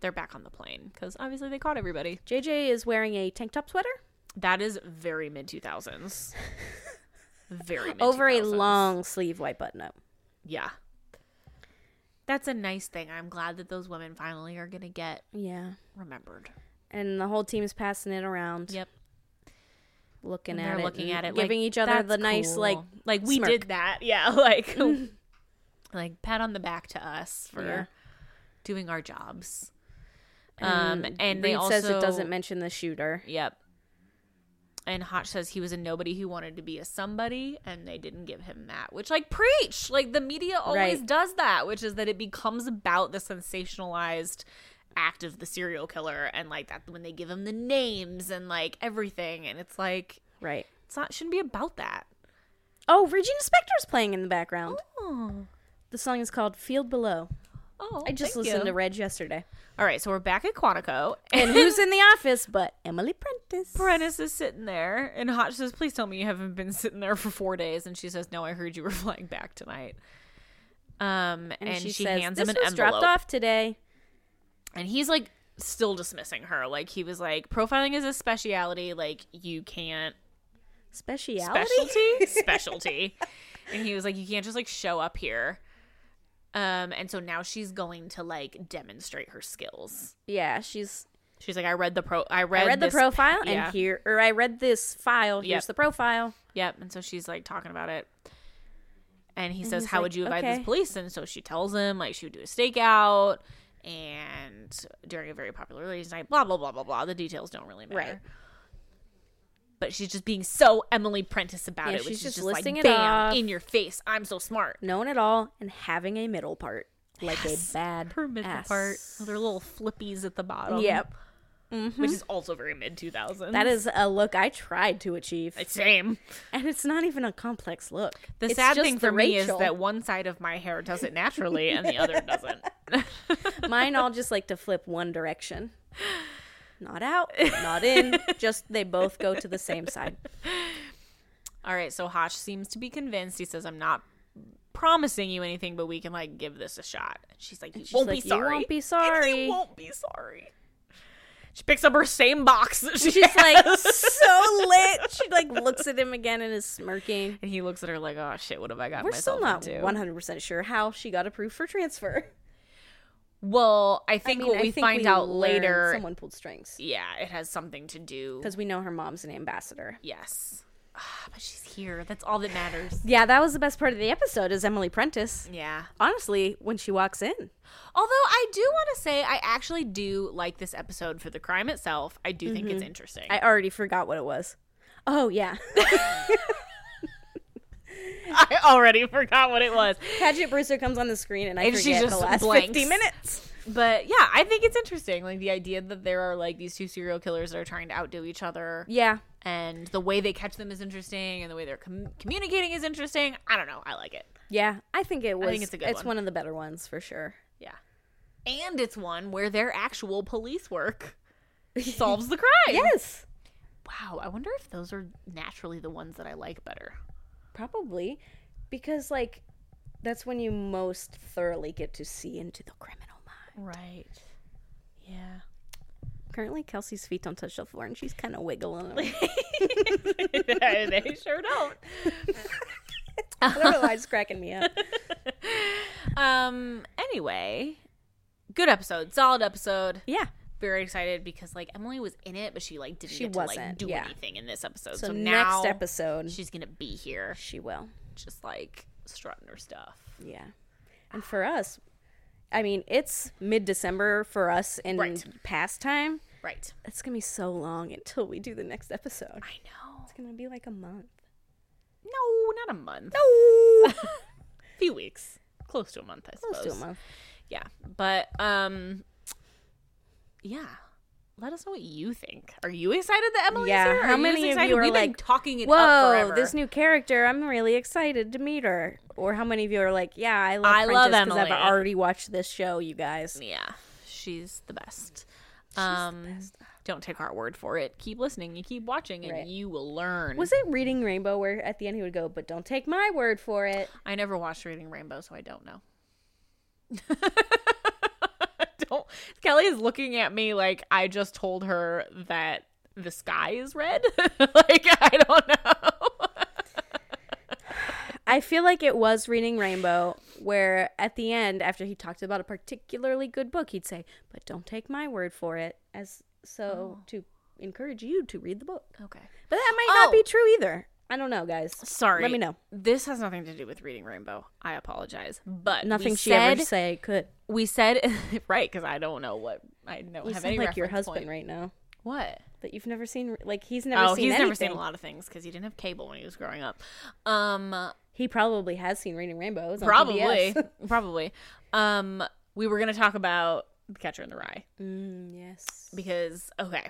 A: They're back on the plane because obviously they caught everybody.
B: JJ is wearing a tank top sweater
A: That is very mid two thousands. Very mid
B: over a
A: 2000s.
B: long sleeve white button up.
A: yeah. That's a nice thing. I'm glad that those women finally are gonna get
B: Yeah.
A: remembered.
B: And the whole team is passing it around,
A: Yep,
B: looking
A: and
B: at
A: they're
B: it,
A: looking
B: and
A: at it,
B: giving
A: like,
B: each other
A: "That's
B: the nice like
A: cool." like we
B: smirk.
A: did that. Yeah, like like pat on the back to us for
B: Yeah.
A: doing our jobs. Um, and,
B: Reed
A: they also
B: says it doesn't mention the shooter.
A: Yep. And Hotch says he was a nobody who wanted to be a somebody, and they didn't give him that. Which, like, preach! Like, the media always
B: Right.
A: does that, which is that it becomes about the sensationalized act of the serial killer, and like that when they give him the names and like everything, and it's like
B: Right.
A: it's not shouldn't be about that.
B: Oh, Regina Spektor's playing in the background.
A: Oh,
B: The song is called Field Below. I just listened to Reg yesterday.
A: All right, so we're back at Quantico,
B: And who's in the office but Emily Prentice?
A: Prentice is sitting there, and Hotch says, "Please tell me you haven't been sitting there for four days." And she says, "No, I heard you were flying back tonight." Um, and, she, hands
B: this
A: him an
B: was
A: envelope,
B: dropped off today.
A: and he's like still dismissing her. Like he was like, "Profiling is a speciality. Like you can't
B: Speciality?
A: specialty specialty." And he was like, "You can't just like show up here." Um, and so now she's going to like demonstrate her skills.
B: yeah, she's.
A: She's like, "I read the pro. I read,
B: I read the
A: this-
B: profile
A: yeah.
B: and here, or I read this file. Here's
A: Yep.
B: the profile.
A: Yep. And so she's like talking about it. And he says,
B: he's
A: How
B: like,
A: would you invite
B: "Okay."
A: this police? And so she tells him, like, she would do a stakeout and during a very popular ladies' night, blah, blah, blah, blah, blah. The details don't really matter.
B: Right.
A: But she's just being so Emily Prentice about
B: Yeah,
A: it, which
B: she's
A: is
B: just
A: just,
B: listing
A: like,
B: it
A: bam,
B: off.
A: in your face. I'm so smart.
B: Known it all and having a middle part. Like a bad.
A: Her middle
B: ass.
A: part, their little flippies at the bottom.
B: Yep.
A: Which is also very mid 2000s.
B: That is a look I tried to achieve.
A: Same.
B: And it's not even a complex look.
A: The
B: It's
A: sad
B: just
A: thing
B: the
A: for me is
B: Rachel.
A: that one side of my hair does it naturally and the other doesn't.
B: Mine all just like to flip one direction. Not out, not in, just they both go to the same side.
A: All right, so Hotch seems to be convinced. He says, "I'm not promising you anything, but we can like give this a shot." And she's like, "You
B: she's
A: won't
B: like,
A: be
B: "You
A: sorry.
B: won't be
A: And
B: sorry."
A: you won't be sorry." She picks up her same box. That she
B: She's
A: has.
B: like so lit. She like looks at him again and is smirking.
A: and he looks at her like, "Oh shit, what have I got
B: We're
A: myself
B: still not
A: into?"
B: 100% sure how she got approved for transfer.
A: well, I think what we find out
B: learned
A: later,
B: someone pulled strings
A: yeah, it has something to do.
B: because we know her mom's an ambassador.
A: Yes, Ah, but she's here. That's all that matters.
B: Yeah, that was the best part of the episode is Emily Prentice.
A: yeah.
B: Honestly, when she walks in.
A: Although I do want to say, I actually do like this episode for the crime itself. I do think it's
B: Mm-hmm.
A: interesting.
B: I already forgot what it was. Oh yeah.
A: I already forgot what it was.
B: Paget Brewster comes on the screen and I
A: And she's
B: forget the
A: just
B: last
A: blanks.
B: fifty minutes.
A: But yeah, I think it's interesting. Like the idea that there are like these two serial killers that are trying to outdo each other,
B: Yeah.
A: and the way they catch them is interesting, and the way they're com- communicating is interesting. I don't know. I like it.
B: Yeah. I think it was.
A: think it's a good
B: it's
A: one.
B: one of the better ones for sure.
A: Yeah. And it's one where their actual police work solves the crime.
B: Yes.
A: Wow. I wonder if those are naturally the ones that I like better.
B: Probably. Because, like, that's when you most thoroughly get to see into the criminal mind.
A: Right. Yeah.
B: Currently, Kelsey's feet don't touch the floor and she's kind of wiggling. them.
A: they sure don't.
B: I don't know why it's cracking me up.
A: Um. Anyway, good episode. Solid episode.
B: Yeah.
A: Very excited because like Emily was in it, but she like didn't
B: She
A: get to like
B: wasn't,
A: do
B: yeah.
A: anything in this episode.
B: So,
A: So, now
B: next episode,
A: she's gonna be here,
B: she will.
A: just like strutting her stuff.
B: Yeah. And for us, I mean, it's mid December for us in
A: Right.
B: past time.
A: Right.
B: It's going to be so long until we do the next episode.
A: I know.
B: It's going to be like a month.
A: No, not a month. No. few weeks. Close to a month, I suppose.
B: Close to a month.
A: Yeah. But um yeah. Let us know what you think. Are you excited that Emily's
B: Yeah,
A: here? Are
B: how
A: just
B: many of you
A: excited?
B: are
A: We've been
B: like,
A: talking it up
B: Whoa,
A: forever.
B: this new character. I'm really excited to meet her. Or how many of you are like, yeah, I love
A: I love
B: Prentice 'cause
A: Emily.
B: I've already watched this show, you guys.
A: Yeah. She's the best. um don't take our word for it. Keep listening. You keep watching and
B: Right.
A: you will learn.
B: Was it Reading Rainbow where at the end he would go, but don't take my word for it?
A: I never watched Reading Rainbow, so I don't know. don't Kelly is looking at me like I just told her that the sky is red. like I don't know.
B: I feel like it was Reading Rainbow, where at the end, after he talked about a particularly good book, he'd say, "But don't take my word for it," as so to encourage you to read the book.
A: okay.
B: But that might not
A: Oh.
B: be true either. I don't know, guys.
A: Sorry.
B: Let me know.
A: This has nothing to do with Reading Rainbow. I apologize. But
B: Nothing
A: we
B: she
A: said,
B: ever say could.
A: We said right cuz I don't know what I don't
B: You
A: have
B: sound
A: any
B: like your
A: reference
B: husband
A: point.
B: right now
A: What?
B: that you've never seen. Like he's never
A: oh,
B: seen.
A: he's
B: anything.
A: never seen a lot of things cuz he didn't have cable when he was growing up. Um
B: He probably has seen Reading Rainbow. It was on
A: probably
B: PBS.
A: probably um we were gonna talk about the catcher in the rye
B: mm, yes.
A: because okay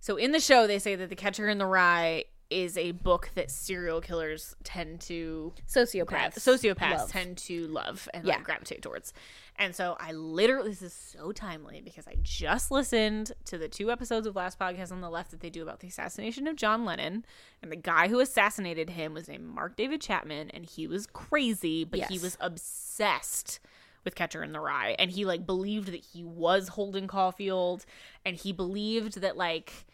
A: so in the show they say that the catcher in the rye is a book that serial killers tend to
B: Sociopaths.
A: sociopaths
B: Love.
A: tend to love and
B: Yeah.
A: like, gravitate towards and so i literally this is so timely because i just listened to the two episodes of last podcast on the left that they do about the assassination of john lennon and the guy who assassinated him was named mark david chapman and he was crazy but he
B: Yes.
A: was obsessed with catcher in the rye and he like believed that he was holden caulfield and he believed that like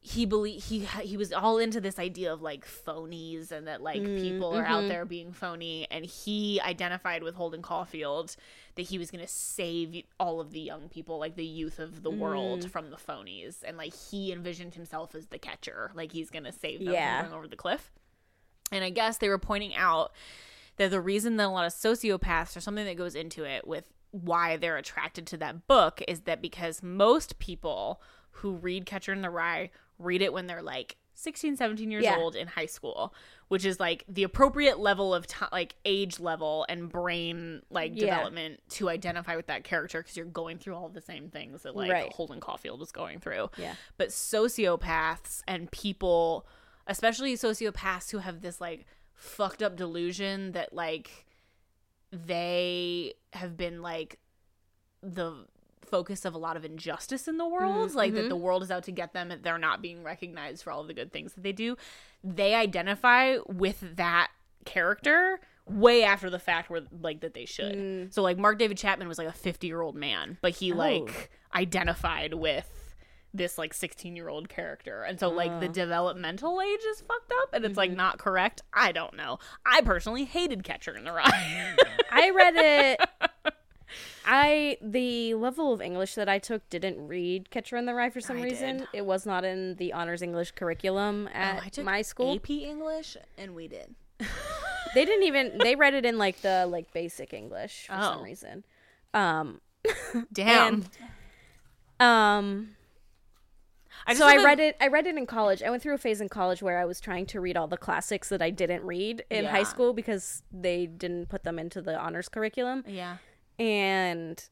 A: he believe he he was all into this idea of like phonies and that like people are out there being phony and he identified with Holden Caulfield that he was going to save all of the young people like the youth of the world from the phonies and like he envisioned himself as the catcher like he's going to save them
B: Yeah.
A: from going over the cliff and I guess they were pointing out that the reason that a lot of sociopaths or something that goes into it with why they're attracted to that book is that because most people who read Catcher in the Rye read it when they're like 16, 17 years
B: Yeah.
A: old in high school, which is like the appropriate level of time, like age level and brain like
B: Yeah.
A: development to identify with that character because you're going through all the same things that like
B: Right.
A: Holden Caulfield was going through
B: Yeah.
A: but sociopaths and people especially sociopaths who have this like fucked up delusion that like they have been like the focus of a lot of injustice in the
B: Mm,
A: world like
B: mm-hmm.
A: that the world is out to get them and they're not being recognized for all of the good things that they do they identify with that character way after the fact where like that they should
B: Mm.
A: so like mark david chapman was like a 50 year old man but he like
B: Oh.
A: identified with this like 16 year old character and so like
B: Oh.
A: the developmental age is fucked up and it's like
B: Mm-hmm.
A: not correct i don't know i personally hated catcher in the rye
B: I read it. I the level of English that I took didn't read Catcher in the Rye for some
A: I
B: reason.
A: did. Oh,
B: It was not in the honors English curriculum at my school.
A: ap english and we did
B: They didn't even they read it in like the like basic English for some
A: Oh.
B: reason. Um
A: damn
B: And- um so I read it I read it in college. I went through a phase in college where I was trying to read all the classics that I didn't read in
A: Yeah.
B: high school because they didn't put them into the honors curriculum.
A: yeah
B: and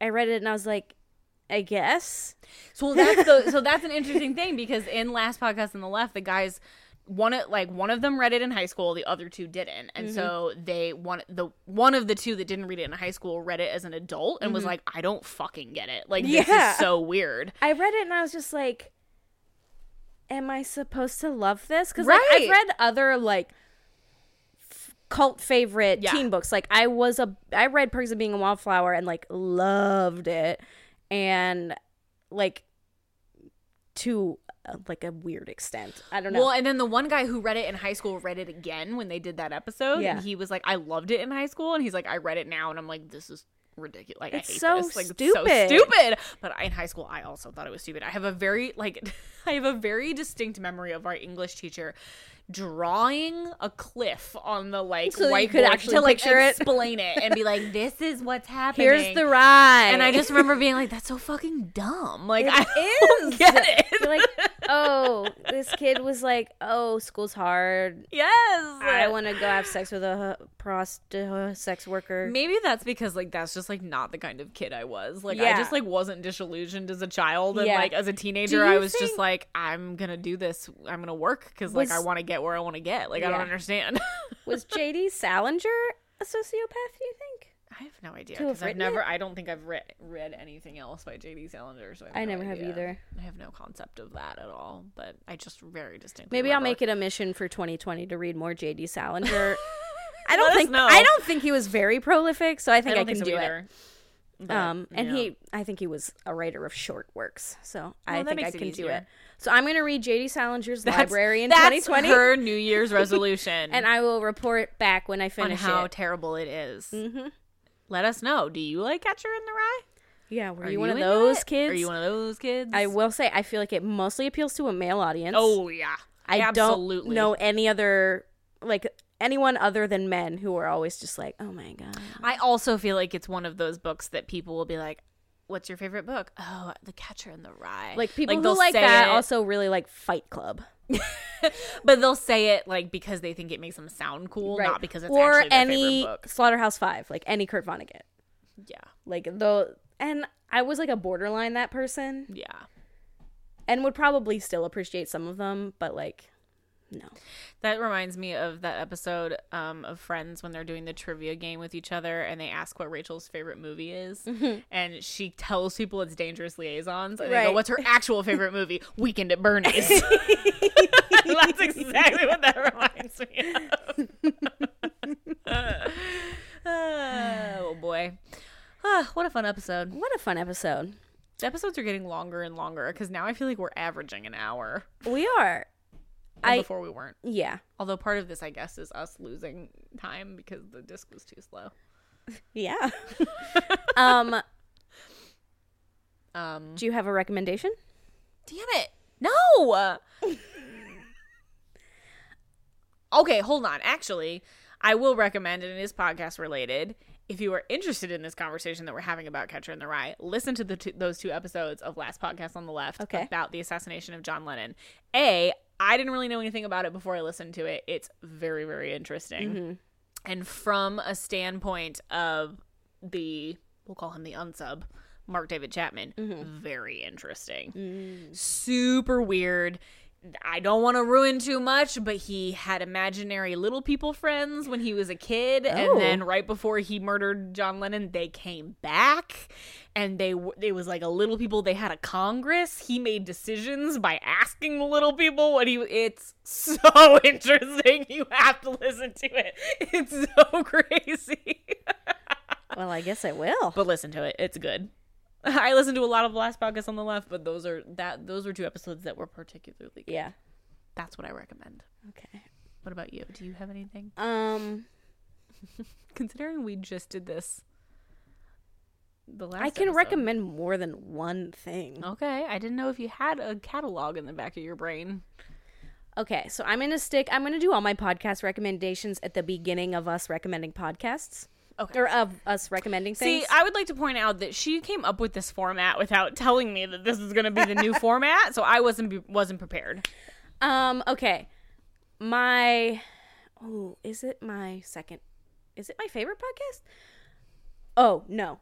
B: I read it and I was like, I guess.
A: So that's the, so that's an interesting thing because in last podcast on the left, the guys one of like one of them read it in high school, the other two didn't, and so
B: Mm-hmm.
A: they one the one of the two that didn't read it in high school read it as an adult and was like, I don't fucking get it. Like this
B: Mm-hmm. Yeah.
A: is so weird.
B: I read it and I was just like, am I supposed to love this? Because like,
A: Right.
B: I've read other like f- cult favorite
A: Yeah.
B: teen books. Like I was a I read Perks of Being a Wallflower and like loved it, and like to uh, like a weird extent. I don't know.
A: Well, and then the one guy who read it in high school read it again when they did that episode,
B: Yeah.
A: and he was like, "I loved it in high school," and he's like, "I read it now," and I'm like, "This is ridiculous! Like,
B: It's
A: I hate
B: so
A: this. Like,
B: stupid.
A: It's so stupid." But I, in high school, I also thought it was stupid. I have a very like, I have a very distinct memory of our English teacher drawing a cliff on the like
B: So that you
A: whiteboard
B: could actually
A: to like
B: picture it?
A: explain it and be like, "This is what's happening."
B: Here's the ride,
A: and I just remember being like, "That's so fucking dumb." Like, I
B: It
A: don't
B: is.
A: get it.
B: You're like, oh, this kid was like, oh, school's hard.
A: yes,
B: I want to go have sex with a h- prost uh, sex worker.
A: Maybe that's because like that's just like not the kind of kid I was. Like
B: Yeah.
A: I just like wasn't disillusioned as a child and
B: Yeah.
A: like as a teenager
B: you
A: I was just
B: think-
A: like I'm going to do this. I'm going to work cuz like I
B: Was-
A: want to get where I want to get. Like I
B: Yeah.
A: don't understand.
B: Was JD Salinger a sociopath, do you think?
A: I have no idea
B: To have
A: cuz I've
B: written
A: never I don't think I've read read anything else by JD Salinger so I, have
B: I
A: no
B: never have
A: idea.
B: either.
A: I have no concept of that at all, but I just very distinctly
B: Maybe I'll make it a mission for 2020 to read more JD Salinger. I don't
A: Let us
B: think
A: know.
B: I don't think he was very prolific, so I think I, can do
A: it.
B: it. Um, and he, I think he was a writer of short works, so I
A: that
B: think I
A: makes it
B: can do
A: easier.
B: it. So I'm going to read JD Salinger's
A: that's,
B: Library in
A: that's
B: 2020,
A: her New Year's resolution.
B: and I will report back when I
A: on
B: finish
A: how
B: it.
A: terrible it Mm-hmm. is. Let us know. Do you like Catcher in the Rye?
B: yeah, were
A: Are
B: you, one of
A: into
B: those
A: it?
B: kids?
A: Are you one of those kids?
B: I will say I feel like it mostly appeals to a male audience.
A: oh yeah,
B: I
A: absolutely
B: don't know any other like anyone other than men who are always just like, "Oh my god."
A: I also feel like it's one of those books that people will be like, "What's your favorite book?" Oh, The Catcher in the Rye.
B: Like people who
A: they'll
B: like
A: say
B: that
A: it-
B: also really like Fight Club,
A: but they'll say it like because they think it makes them sound cool, not because it's
B: or
A: actually their
B: any
A: favorite book.
B: Slaughterhouse Five, like any Kurt Vonnegut,
A: Yeah,
B: like though. And I was like a borderline that person,
A: yeah.
B: and would probably still appreciate some of them, but like, no.
A: That reminds me of that episode um, of Friends when they're doing the trivia game with each other and they ask what Rachel's favorite movie is. And she tells people it's Dangerous Liaisons. And they
B: Mm-hmm. Right.
A: go, What's her actual favorite movie? Weekend at Bernie's. That's exactly what that reminds me of. oh, boy. Ah, what a fun episode.
B: What a fun episode.
A: The episodes are getting longer and longer because now I feel like we're averaging an hour.
B: We are,
A: And
B: I-
A: before we weren't.
B: yeah,
A: Although part of this, I guess, is us losing time because the disc was too slow.
B: yeah. um,
A: Um,
B: do you have a recommendation?
A: damn it! No. okay, hold on. Actually, I will recommend, and it is podcast related. If you are interested in this conversation that we're having about Catcher in the Rye, listen to the two those two episodes of Last Podcast on the Left
B: Okay.
A: about the assassination of John Lennon. A, I didn't really know anything about it before I listened to it. It's very, very interesting.
B: Mm-hmm.
A: and from a standpoint of the we'll call him the unsub mark david chapman very interesting
B: Mm.
A: super weird i don't want to ruin too much but he had imaginary little people friends when he was a kid
B: Oh.
A: and then right before he murdered john lennon they came back and they w- it was like a little people they had a congress he made decisions by asking the little people what he it's so interesting you have to listen to it it's so crazy
B: Well, I guess I will.
A: but listen to it it's good i listened to a lot of the last podcast on the left but those are that those were two episodes that were particularly good
B: yeah.
A: that's what i recommend
B: Okay.
A: what about you do you have anything
B: Um.
A: considering we just did this the last
B: I can
A: episode.
B: recommend more than one thing.
A: okay i didn't know if you had a catalog in the back of your brain
B: Okay, so I'm going to stick, I'm going to do all my podcast recommendations at the beginning of us recommending podcasts.
A: Okay.
B: Or of us recommending things.
A: See, I would like to point out that she came up with this format without telling me that this is going to be the new format, so I wasn't wasn't prepared.
B: um, okay. My, oh, is it my second, is it my favorite podcast? Oh, no.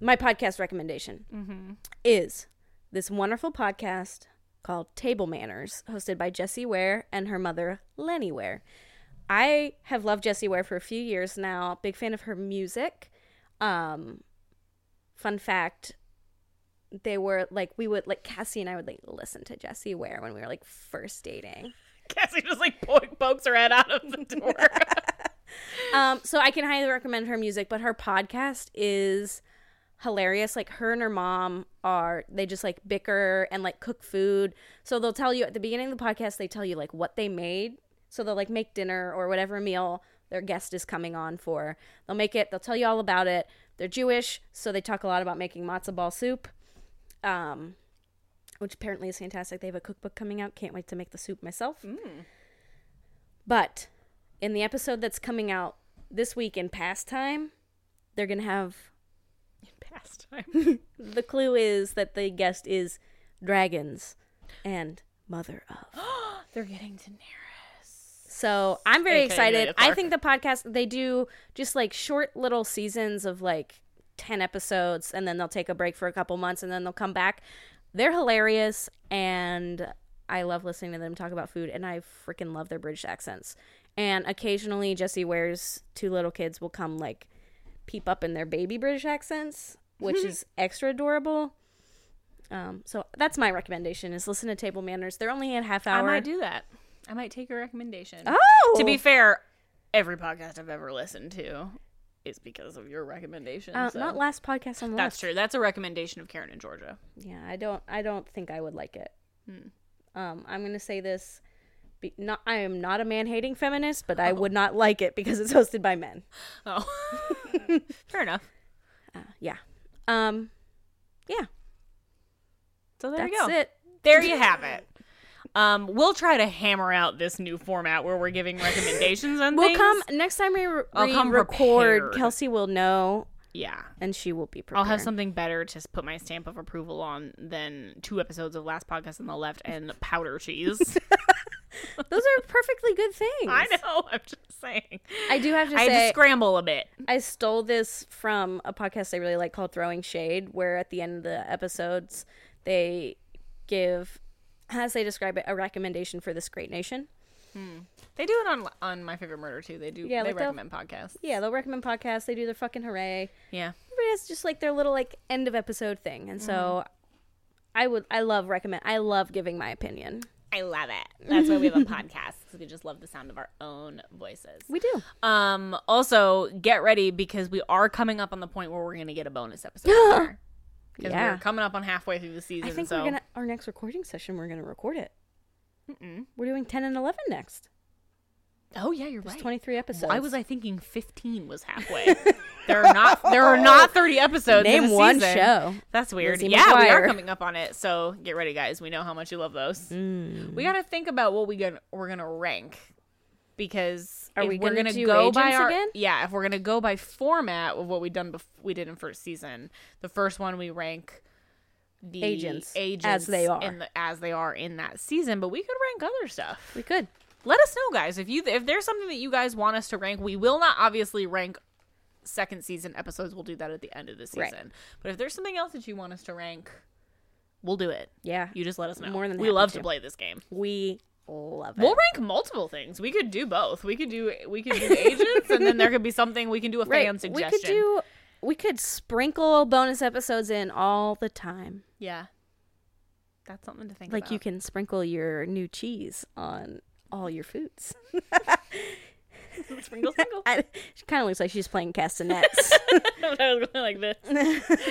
B: My podcast recommendation is this wonderful podcast called Table Manners, hosted by Jessie Ware and her mother, Lenny Ware. I have loved Jessie Ware for a few years now. Big fan of her music. Um, fun fact they were like we would like Cassie and I would like listen to Jessie Ware when we were like first dating.
A: Cassie just like po- pokes her head out of the door.
B: Um, so I can highly recommend her music, but her podcast is hilarious. Like her and her mom are they just like bicker and like cook food. So they'll tell you at the beginning of the podcast, they tell you like what they made. So they'll like make dinner or whatever meal their guest is coming on for. They'll make it, they'll tell you all about it. They're Jewish, so they talk a lot about making matzo ball soup. Um which apparently is fantastic. They have a cookbook coming out. Can't wait to make the soup myself. But in the episode that's coming out this week in past time, they're going to have
A: Past time.
B: the clue is that the guest is dragons and mother of.
A: They're getting to
B: So I'm very
A: Okay,
B: excited.
A: Amelia Clark.
B: I think the podcast, they do just like short little seasons of like 10 episodes and then they'll take a break for a couple months and then they'll come back. They're hilarious and I love listening to them talk about food and I freaking love their British accents. And occasionally Jesse Ware's two little kids will come like peep up in their baby British accents, which is extra adorable. Um, so that's my recommendation is listen to Table Manners. They're only a half
A: I
B: hour.
A: might do that. I might take your recommendation.
B: oh,
A: To be fair, every podcast I've ever listened to is because of your recommendation.
B: Uh,
A: so.
B: Not last podcast on the
A: That's
B: list.
A: true. That's a recommendation of Karen in Georgia.
B: Yeah, I don't. I don't think I would like it.
A: Hmm.
B: Um, I'm gonna say this. Be, not, I am not a man hating feminist, but I would not like it because it's hosted by men.
A: Oh, fair enough.
B: Yeah. Um. Yeah.
A: So there you
B: that's
A: go.
B: it.
A: There you have it. Um, we'll try to hammer out this new format where we're giving recommendations on
B: We'll
A: things.
B: come next time we, re-
A: I'll come
B: record.
A: prepared.
B: Kelsey will know,
A: Yeah.
B: and she will be prepared.
A: I'll have something better to s- put my stamp of approval on than two episodes of Last Podcast on the Left and Powder Cheese.
B: Those are perfectly good things.
A: I know. I'm just saying.
B: I do have to
A: I had to
B: say,
A: scramble a bit.
B: I stole this from a podcast I really like called Throwing Shade, where at the end of the episodes they give, as they describe it, a recommendation for this great nation.
A: They do it on on My Favorite Murder too. They do.
B: Yeah,
A: they
B: like they'll-
A: recommend podcasts.
B: Yeah, they'll recommend podcasts. They do their fucking hooray.
A: Yeah.
B: Everybody has just like their little like end of episode thing, and
A: Mm-hmm.
B: so I would I love recommend I love giving my opinion.
A: I love it. That's why we have a podcast because we just love the sound of our own voices.
B: We do.
A: Um. Also, get ready because we are coming up on the point where we're going to get a bonus episode. Because
B: Yeah.
A: we're coming up on halfway through the season.
B: I think
A: so
B: we're gonna our next recording session. We're gonna record it. We're doing ten and eleven next.
A: oh yeah, you're
B: There's
A: right.
B: twenty three episodes.
A: Why was I thinking 15 was halfway? there are not. There are not 30 episodes. in
B: Name
A: a
B: one
A: season.
B: show.
A: That's weird.
B: Lizzie
A: yeah, we are
B: McGuire.
A: coming up on it. So get ready, guys. We know how much you love those.
B: Mm.
A: We got to think about what we gonna we're gonna rank because
B: Are
A: if
B: we
A: we're
B: gonna do
A: go by
B: agents
A: our
B: again?
A: yeah if we're gonna go by format of what we done bef- we did in first season. The first one we rank the
B: Agents, as
A: agents
B: they are.
A: in the, as they are in that season, but we could rank other stuff
B: We could.
A: let us know guys if you if there's something that you guys want us to rank we will not obviously rank second season episodes we'll do that at the end of the season
B: Right.
A: but if there's something else that you want us to rank we'll do it
B: Yeah.
A: you just let us know
B: More than
A: we
B: happy
A: love to
B: to.
A: play this game
B: We love it.
A: we'll rank multiple things we could do both we could do we could do agents and then there could be something we can do a
B: Right,
A: fan suggestion
B: We could do. We could sprinkle bonus episodes in all the time.
A: yeah that's something to think
B: Like
A: about
B: you can sprinkle your new cheese on all your foods.
A: can sprinkle sprinkle
B: I, she kind of looks like she's playing castanets.
A: I was going like this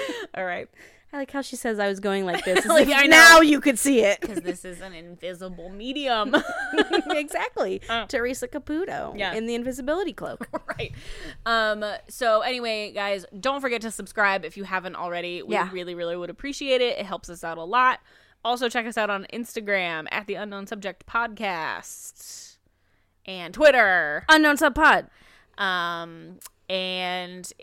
A: all right
B: I like how she says I was going like this. It's
A: Like,
B: like,
A: I know.
B: now you could see it.
A: because this is an invisible medium
B: exactly. Teresa Caputo
A: Oh. Yeah.
B: in the invisibility cloak.
A: right. Um, so anyway, guys, don't forget to subscribe if you haven't already. We
B: Yeah.
A: really, really would appreciate it. It helps us out a lot. Also check us out on Instagram at the Unknown Subject Podcast and Twitter.
B: Unknown Sub Pod.
A: Um and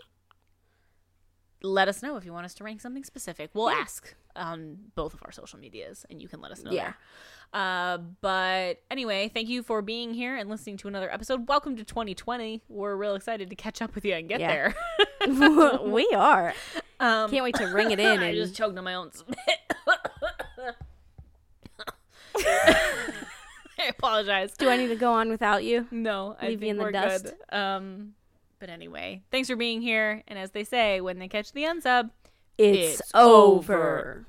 A: let us know if you want us to rank something specific. We'll ask. on both of our social medias, and you can let us know.
B: Yeah.
A: there. Uh, but anyway, thank you for being here and listening to another episode. Welcome to 2020. We're real excited to catch up with you and get
B: Yeah.
A: there.
B: we are.
A: um,
B: Can't wait to ring it in.
A: I
B: And
A: just choked on my own spit. I apologize.
B: do I need to go on without you?
A: No, I
B: Leave you
A: think
B: in the
A: we're
B: dust?
A: good. Um, but anyway, thanks for being here. And as they say, when they catch the unsub,
B: It's,
A: It's
B: over.
A: over.